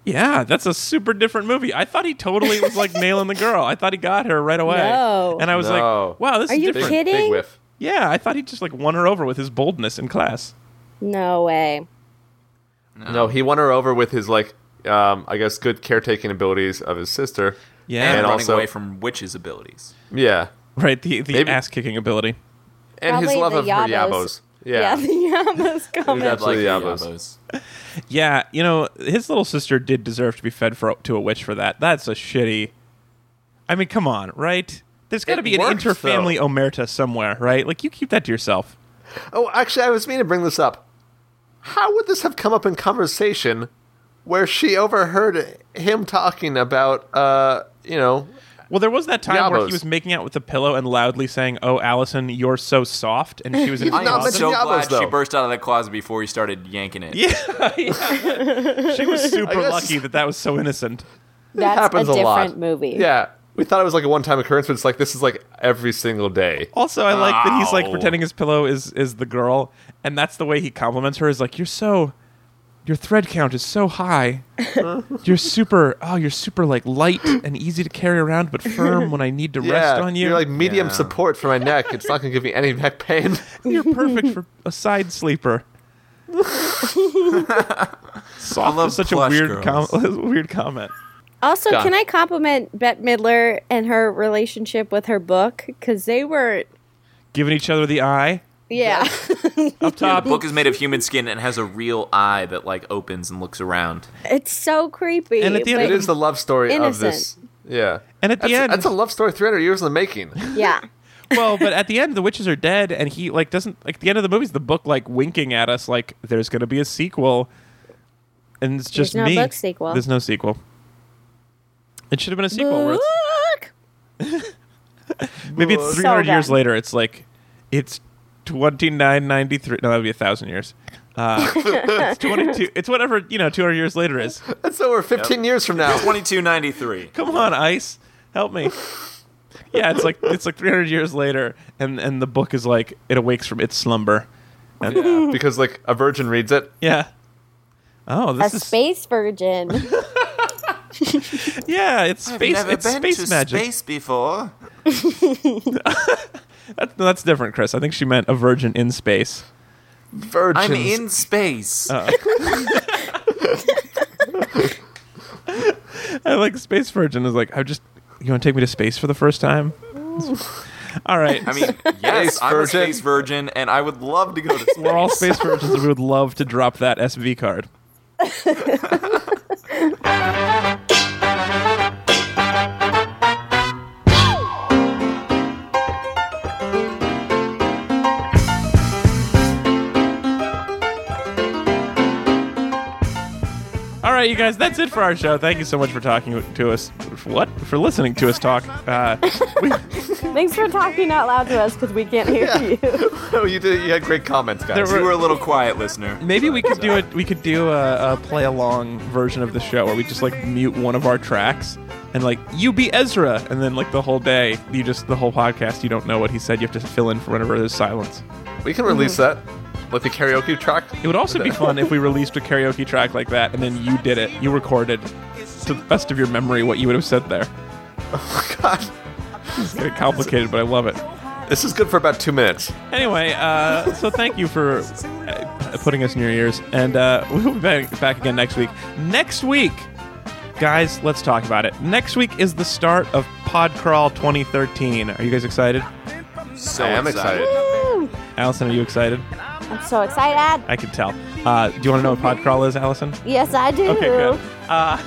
[SPEAKER 1] Yeah, that's a super different movie. I thought he totally was like nailing the girl. I thought he got her right away.
[SPEAKER 3] No.
[SPEAKER 1] And I was
[SPEAKER 2] No.
[SPEAKER 1] like, wow, this
[SPEAKER 3] Are
[SPEAKER 1] is
[SPEAKER 3] you
[SPEAKER 1] different.
[SPEAKER 2] big,
[SPEAKER 3] Kidding?
[SPEAKER 2] Big whiff.
[SPEAKER 1] Yeah, I thought he just like won her over with his boldness in class.
[SPEAKER 3] no way.
[SPEAKER 2] No, he won her over with his like, um, I guess, good caretaking abilities of his sister.
[SPEAKER 1] Yeah,
[SPEAKER 4] and,
[SPEAKER 2] And
[SPEAKER 4] running
[SPEAKER 2] also-
[SPEAKER 4] away from witches' abilities.
[SPEAKER 2] Yeah,
[SPEAKER 1] right. The the
[SPEAKER 2] Maybe-
[SPEAKER 1] ass kicking ability.
[SPEAKER 2] and his
[SPEAKER 3] Probably
[SPEAKER 2] love
[SPEAKER 3] the
[SPEAKER 2] of her
[SPEAKER 3] Yabos.
[SPEAKER 2] yabos.
[SPEAKER 3] Yeah,
[SPEAKER 2] Yeah,
[SPEAKER 3] the Yamas
[SPEAKER 2] It was
[SPEAKER 3] comment.
[SPEAKER 2] absolutely
[SPEAKER 4] like
[SPEAKER 2] yabos.
[SPEAKER 4] Yabos.
[SPEAKER 1] Yeah, you know his little sister did deserve to be fed for to a witch for that. That's a shitty. I mean, come on, right? There's got to
[SPEAKER 2] It
[SPEAKER 1] be an
[SPEAKER 2] worked,
[SPEAKER 1] interfamily
[SPEAKER 2] though.
[SPEAKER 1] omerta somewhere, right? Like you keep that to yourself.
[SPEAKER 2] Oh, actually, I was meaning to bring this up. How would this have come up in conversation where she overheard him talking about, uh, you know,
[SPEAKER 1] Well, there was that time where he
[SPEAKER 2] Yabos.
[SPEAKER 1] was making out with the pillow and loudly saying, "Oh, Allison, you're so soft," and she was in
[SPEAKER 2] You've
[SPEAKER 4] I
[SPEAKER 2] not
[SPEAKER 4] am
[SPEAKER 1] closet.
[SPEAKER 2] mentioned
[SPEAKER 4] so
[SPEAKER 2] Yabos,
[SPEAKER 4] glad she
[SPEAKER 2] though.
[SPEAKER 4] burst out of that closet before he started yanking it.
[SPEAKER 1] yeah, yeah. she was super
[SPEAKER 2] guess-
[SPEAKER 1] lucky that that was so innocent.
[SPEAKER 3] That's
[SPEAKER 2] happens
[SPEAKER 3] a
[SPEAKER 2] a lot.
[SPEAKER 3] different movie.
[SPEAKER 2] yeah. We thought it was like a one-time occurrence, but it's like this is like every single day.
[SPEAKER 1] Also, I like that he's like
[SPEAKER 4] Ow.
[SPEAKER 1] pretending his pillow is is the girl, and that's the way he compliments her. Is like you're so, your thread count is so high. you're super. Oh, you're super like light and easy to carry around, but firm when I need to rest
[SPEAKER 2] yeah,
[SPEAKER 1] on you.
[SPEAKER 2] are like medium
[SPEAKER 4] Yeah.
[SPEAKER 2] support for my neck. It's not going to give me any neck pain.
[SPEAKER 1] You're perfect for a side sleeper. Soft
[SPEAKER 4] love
[SPEAKER 1] is such a
[SPEAKER 4] plush
[SPEAKER 1] weird com-
[SPEAKER 4] girls.
[SPEAKER 1] weird comment.
[SPEAKER 3] Also,
[SPEAKER 2] Done.
[SPEAKER 3] can I compliment Bette Midler and her relationship with her book? Because they were,
[SPEAKER 1] Giving each other the eye
[SPEAKER 3] yeah,
[SPEAKER 1] up top.
[SPEAKER 4] The book is made of human skin and has a real eye that like opens and looks around.
[SPEAKER 3] it's so creepy.
[SPEAKER 1] And at the end
[SPEAKER 2] it
[SPEAKER 3] but-
[SPEAKER 2] is the love story of this.
[SPEAKER 3] Innocent.
[SPEAKER 2] Yeah.
[SPEAKER 1] And at the
[SPEAKER 2] that's,
[SPEAKER 1] end-
[SPEAKER 2] that's a love story 300 years in the making.
[SPEAKER 3] yeah,
[SPEAKER 1] well, but at the end, the witches are dead, and he like doesn't like at the end of the movie. is The book like winking at us, like there's going to be a sequel, and it's just
[SPEAKER 3] no
[SPEAKER 1] me.
[SPEAKER 3] book sequel.
[SPEAKER 1] There's no sequel. It should have been a sequel. Where it's,
[SPEAKER 3] book.
[SPEAKER 1] maybe it's
[SPEAKER 3] So
[SPEAKER 1] 300 years
[SPEAKER 3] good.
[SPEAKER 1] later. It's like it's 2993. No, that'd be a thousand years. Uh, it's 22. It's whatever you know. 200 years later is.
[SPEAKER 2] That's over 15 years from now.
[SPEAKER 4] 2293.
[SPEAKER 1] Come on, Ice, help me. Yeah, it's like it's like 300 years later, and and the book is like it awakes from its slumber.
[SPEAKER 2] because like a virgin reads it.
[SPEAKER 1] Yeah. Oh,
[SPEAKER 3] A
[SPEAKER 1] this is
[SPEAKER 3] space virgin.
[SPEAKER 1] yeah, it's space. it's space magic.
[SPEAKER 4] before.
[SPEAKER 1] That- no, that's different, Chris. I think she meant a virgin in space.
[SPEAKER 2] Virgins.
[SPEAKER 4] I'm in space.
[SPEAKER 1] I like space virgin is like I just you want to take me to space for the first time. all right,
[SPEAKER 4] I mean, yes,
[SPEAKER 2] Space
[SPEAKER 4] I'm a
[SPEAKER 2] virgin.
[SPEAKER 4] space virgin, and I would love to go to space.
[SPEAKER 1] we're all space virgins, and we would love to drop that SV card. All right, you guys, that's it for our show. Thank you so much for talking to us. For what? For listening to us talk. Uh,
[SPEAKER 3] Thanks for talking out loud to us because we can't hear you.
[SPEAKER 2] Oh, you did. You had great comments,
[SPEAKER 4] There
[SPEAKER 2] guys.
[SPEAKER 4] were, you were a little quiet, listener.
[SPEAKER 1] maybe we could do it. We could do a, a play along version of the show where we just like mute one of our tracks and like you be Ezra, and then like the whole day you just the whole podcast you don't know what he said. You have to fill in for whenever there's silence.
[SPEAKER 2] We can release that, like the karaoke track.
[SPEAKER 1] It would also be fun if we released a karaoke track like that and then you did it. You recorded to the best of your memory what you would have said there.
[SPEAKER 2] God,
[SPEAKER 1] It's getting complicated, but I love it.
[SPEAKER 2] this is good for about two minutes.
[SPEAKER 1] Anyway, uh, so thank you for uh, putting us in your ears, and uh, we'll be back, back again next week. Next week, guys, let's talk about it. Next week is the start of Podcrawl 2013. Are you guys excited?
[SPEAKER 4] So
[SPEAKER 2] I am excited.
[SPEAKER 1] Allison, are you excited?
[SPEAKER 3] I'm so excited.
[SPEAKER 1] I can tell. Uh, do you want to know what Podcrawl is, Allison?
[SPEAKER 3] Yes, I do.
[SPEAKER 1] Okay, good. Uh,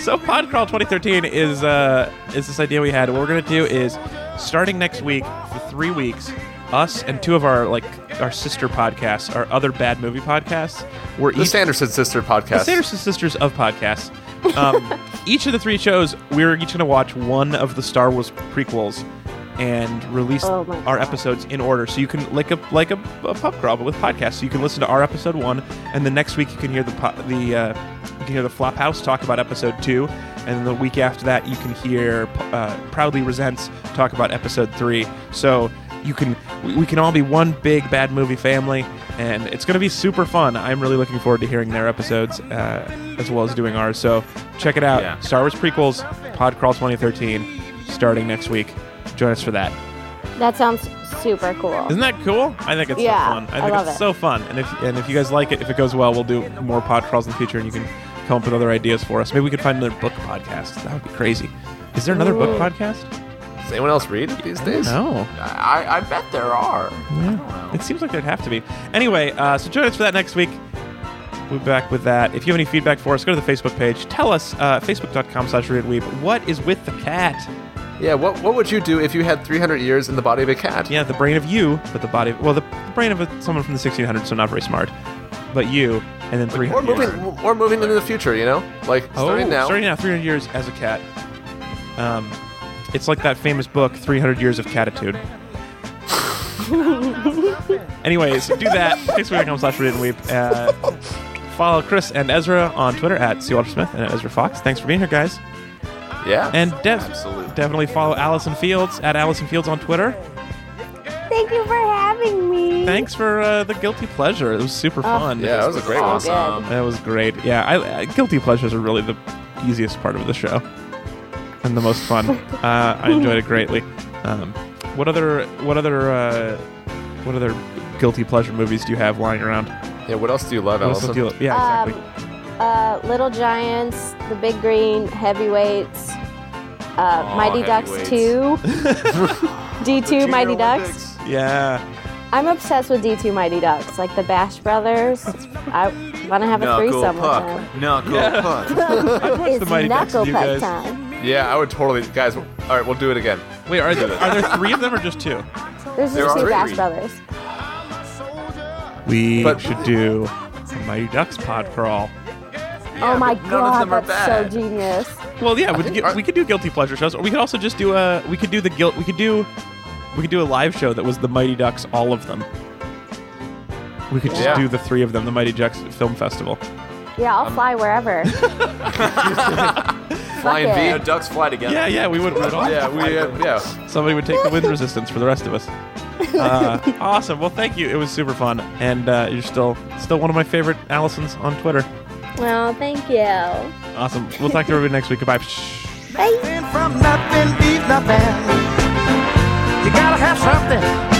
[SPEAKER 1] so PodCrawl 2013 is uh, is this idea we had. What we're gonna do is, starting next week for three weeks, us and two of our like our sister podcasts, our other bad movie podcasts, we're
[SPEAKER 2] The
[SPEAKER 1] each
[SPEAKER 2] Sanderson Sister podcast.
[SPEAKER 1] the Sanderson Sisters of podcasts. Um, each of the three shows, we're each gonna watch one of the Star Wars prequels and release
[SPEAKER 3] Oh my
[SPEAKER 1] our
[SPEAKER 3] God.
[SPEAKER 1] episodes in order. So you can like a like a, a pub crawl, but with podcasts. So you can listen to our episode one, and the next week you can hear the po- the uh, you can hear the Flophouse talk about episode two, and the week after that you can hear uh, Proudly Resents talk about episode three. So you can we, we can all be one big bad movie family, and it's going to be super fun. I'm really looking forward to hearing their episodes uh, as well as doing ours. So check it out.
[SPEAKER 4] Yeah.
[SPEAKER 1] Star Wars prequels, Podcrawl 2013, starting next week. Join us for that.
[SPEAKER 3] That sounds super cool.
[SPEAKER 1] Isn't that cool? I think it's so
[SPEAKER 3] Yeah,
[SPEAKER 1] fun.
[SPEAKER 3] I
[SPEAKER 1] I think
[SPEAKER 3] love
[SPEAKER 1] it's
[SPEAKER 3] it.
[SPEAKER 1] so fun. And if and if you guys like it, if it goes well, we'll do more pod crawls in the future, and you can come up with other ideas for us. Maybe we could find another book podcast. That would be crazy. Is there another book podcast?
[SPEAKER 2] Does anyone else read it these days?
[SPEAKER 1] No.
[SPEAKER 4] I, I bet there are.
[SPEAKER 1] It seems like there'd have to be. Anyway, uh, so join us for that next week. We'll be back with that. If you have any feedback for us, go to the Facebook page. Tell us, uh, facebook.com slash readweep, what is with the cat?
[SPEAKER 2] Yeah. What What would you do if you had 300 years in the body of a cat?
[SPEAKER 1] Yeah, the brain of you, but the body, well, the brain of a, someone from the 1600s, so not very smart, but you, and then 300
[SPEAKER 2] Or moving,
[SPEAKER 1] years.
[SPEAKER 2] or moving into the future, you know, like starting now.
[SPEAKER 1] Oh, Starting now, 300 years as a cat. Um, it's like that famous book, 300 Years of Catitude. Anyways, do that. Facebook.com slash read and weep. Uh, follow Chris and Ezra on Twitter at C. Walter Smith and at Ezra Fox. Thanks for being here, guys.
[SPEAKER 2] yeah.
[SPEAKER 1] And def-
[SPEAKER 4] Absolutely.
[SPEAKER 1] definitely follow Allison Fields at Allison Fields on Twitter.
[SPEAKER 5] Thank you for having me.
[SPEAKER 1] Thanks for uh, the guilty pleasure. It was super fun.
[SPEAKER 2] Oh. yeah, that was a great one.
[SPEAKER 3] so good.
[SPEAKER 1] That was great. Yeah, I, I, guilty pleasures are really the easiest part of the show and the most fun. uh, I enjoyed it greatly. Um, what other what other uh, what other guilty pleasure movies do you have lying around?
[SPEAKER 2] Yeah. What else do you love,
[SPEAKER 1] What else
[SPEAKER 2] Allison?
[SPEAKER 1] do you- yeah, exactly.
[SPEAKER 3] Uh, Little Giants, The Big Green, Heavyweights, uh,
[SPEAKER 4] Aw,
[SPEAKER 1] Oh,
[SPEAKER 3] Mighty Ducks
[SPEAKER 4] Heavyweights.
[SPEAKER 3] 2, D2 Mighty Ducks.
[SPEAKER 1] Um, yeah.
[SPEAKER 3] I'm obsessed with D2 Mighty Ducks, like the Bash Brothers. I want to have a
[SPEAKER 4] Knuckle
[SPEAKER 3] threesome with them.
[SPEAKER 4] puck. Knuckle puck.
[SPEAKER 1] watched the
[SPEAKER 3] It's
[SPEAKER 1] Mighty Ducks with
[SPEAKER 3] knuckle
[SPEAKER 1] you guys.
[SPEAKER 3] puck time.
[SPEAKER 2] Yeah, I would totally, guys. All right, we'll do it again.
[SPEAKER 1] Wait, are there, are there three of them or just two?
[SPEAKER 3] There's
[SPEAKER 4] There
[SPEAKER 3] just two
[SPEAKER 4] are three.
[SPEAKER 3] Bash Brothers.
[SPEAKER 1] We
[SPEAKER 2] But-
[SPEAKER 1] should do a Mighty Ducks pod crawl.
[SPEAKER 3] oh my
[SPEAKER 4] but none of
[SPEAKER 3] god,
[SPEAKER 4] them are
[SPEAKER 3] that's
[SPEAKER 4] bad.
[SPEAKER 3] so genius.
[SPEAKER 1] Well, yeah, we could, get- we could do guilty pleasure shows, or we could also just do a we could do the guilt we could do we could do a live show that was the Mighty Ducks, all of them. We could just
[SPEAKER 2] Yeah.
[SPEAKER 1] do the three of them, the Mighty Ducks Film Festival.
[SPEAKER 3] Yeah, I'll fly wherever.
[SPEAKER 2] Flying
[SPEAKER 3] it.
[SPEAKER 2] V.
[SPEAKER 4] Yeah, ducks fly together.
[SPEAKER 1] Yeah, yeah, we would run off.
[SPEAKER 2] Yeah, we. Uh, yeah.
[SPEAKER 1] Somebody would take the wind resistance for the rest of us. Uh, awesome. Well, thank you. It was super fun, and uh, you're still still one of my favorite Allisons on Twitter.
[SPEAKER 5] Well, thank you.
[SPEAKER 1] Awesome. We'll talk to everybody next week. Goodbye. Shh.
[SPEAKER 10] Nothing from nothing, leave nothing. You gotta have something.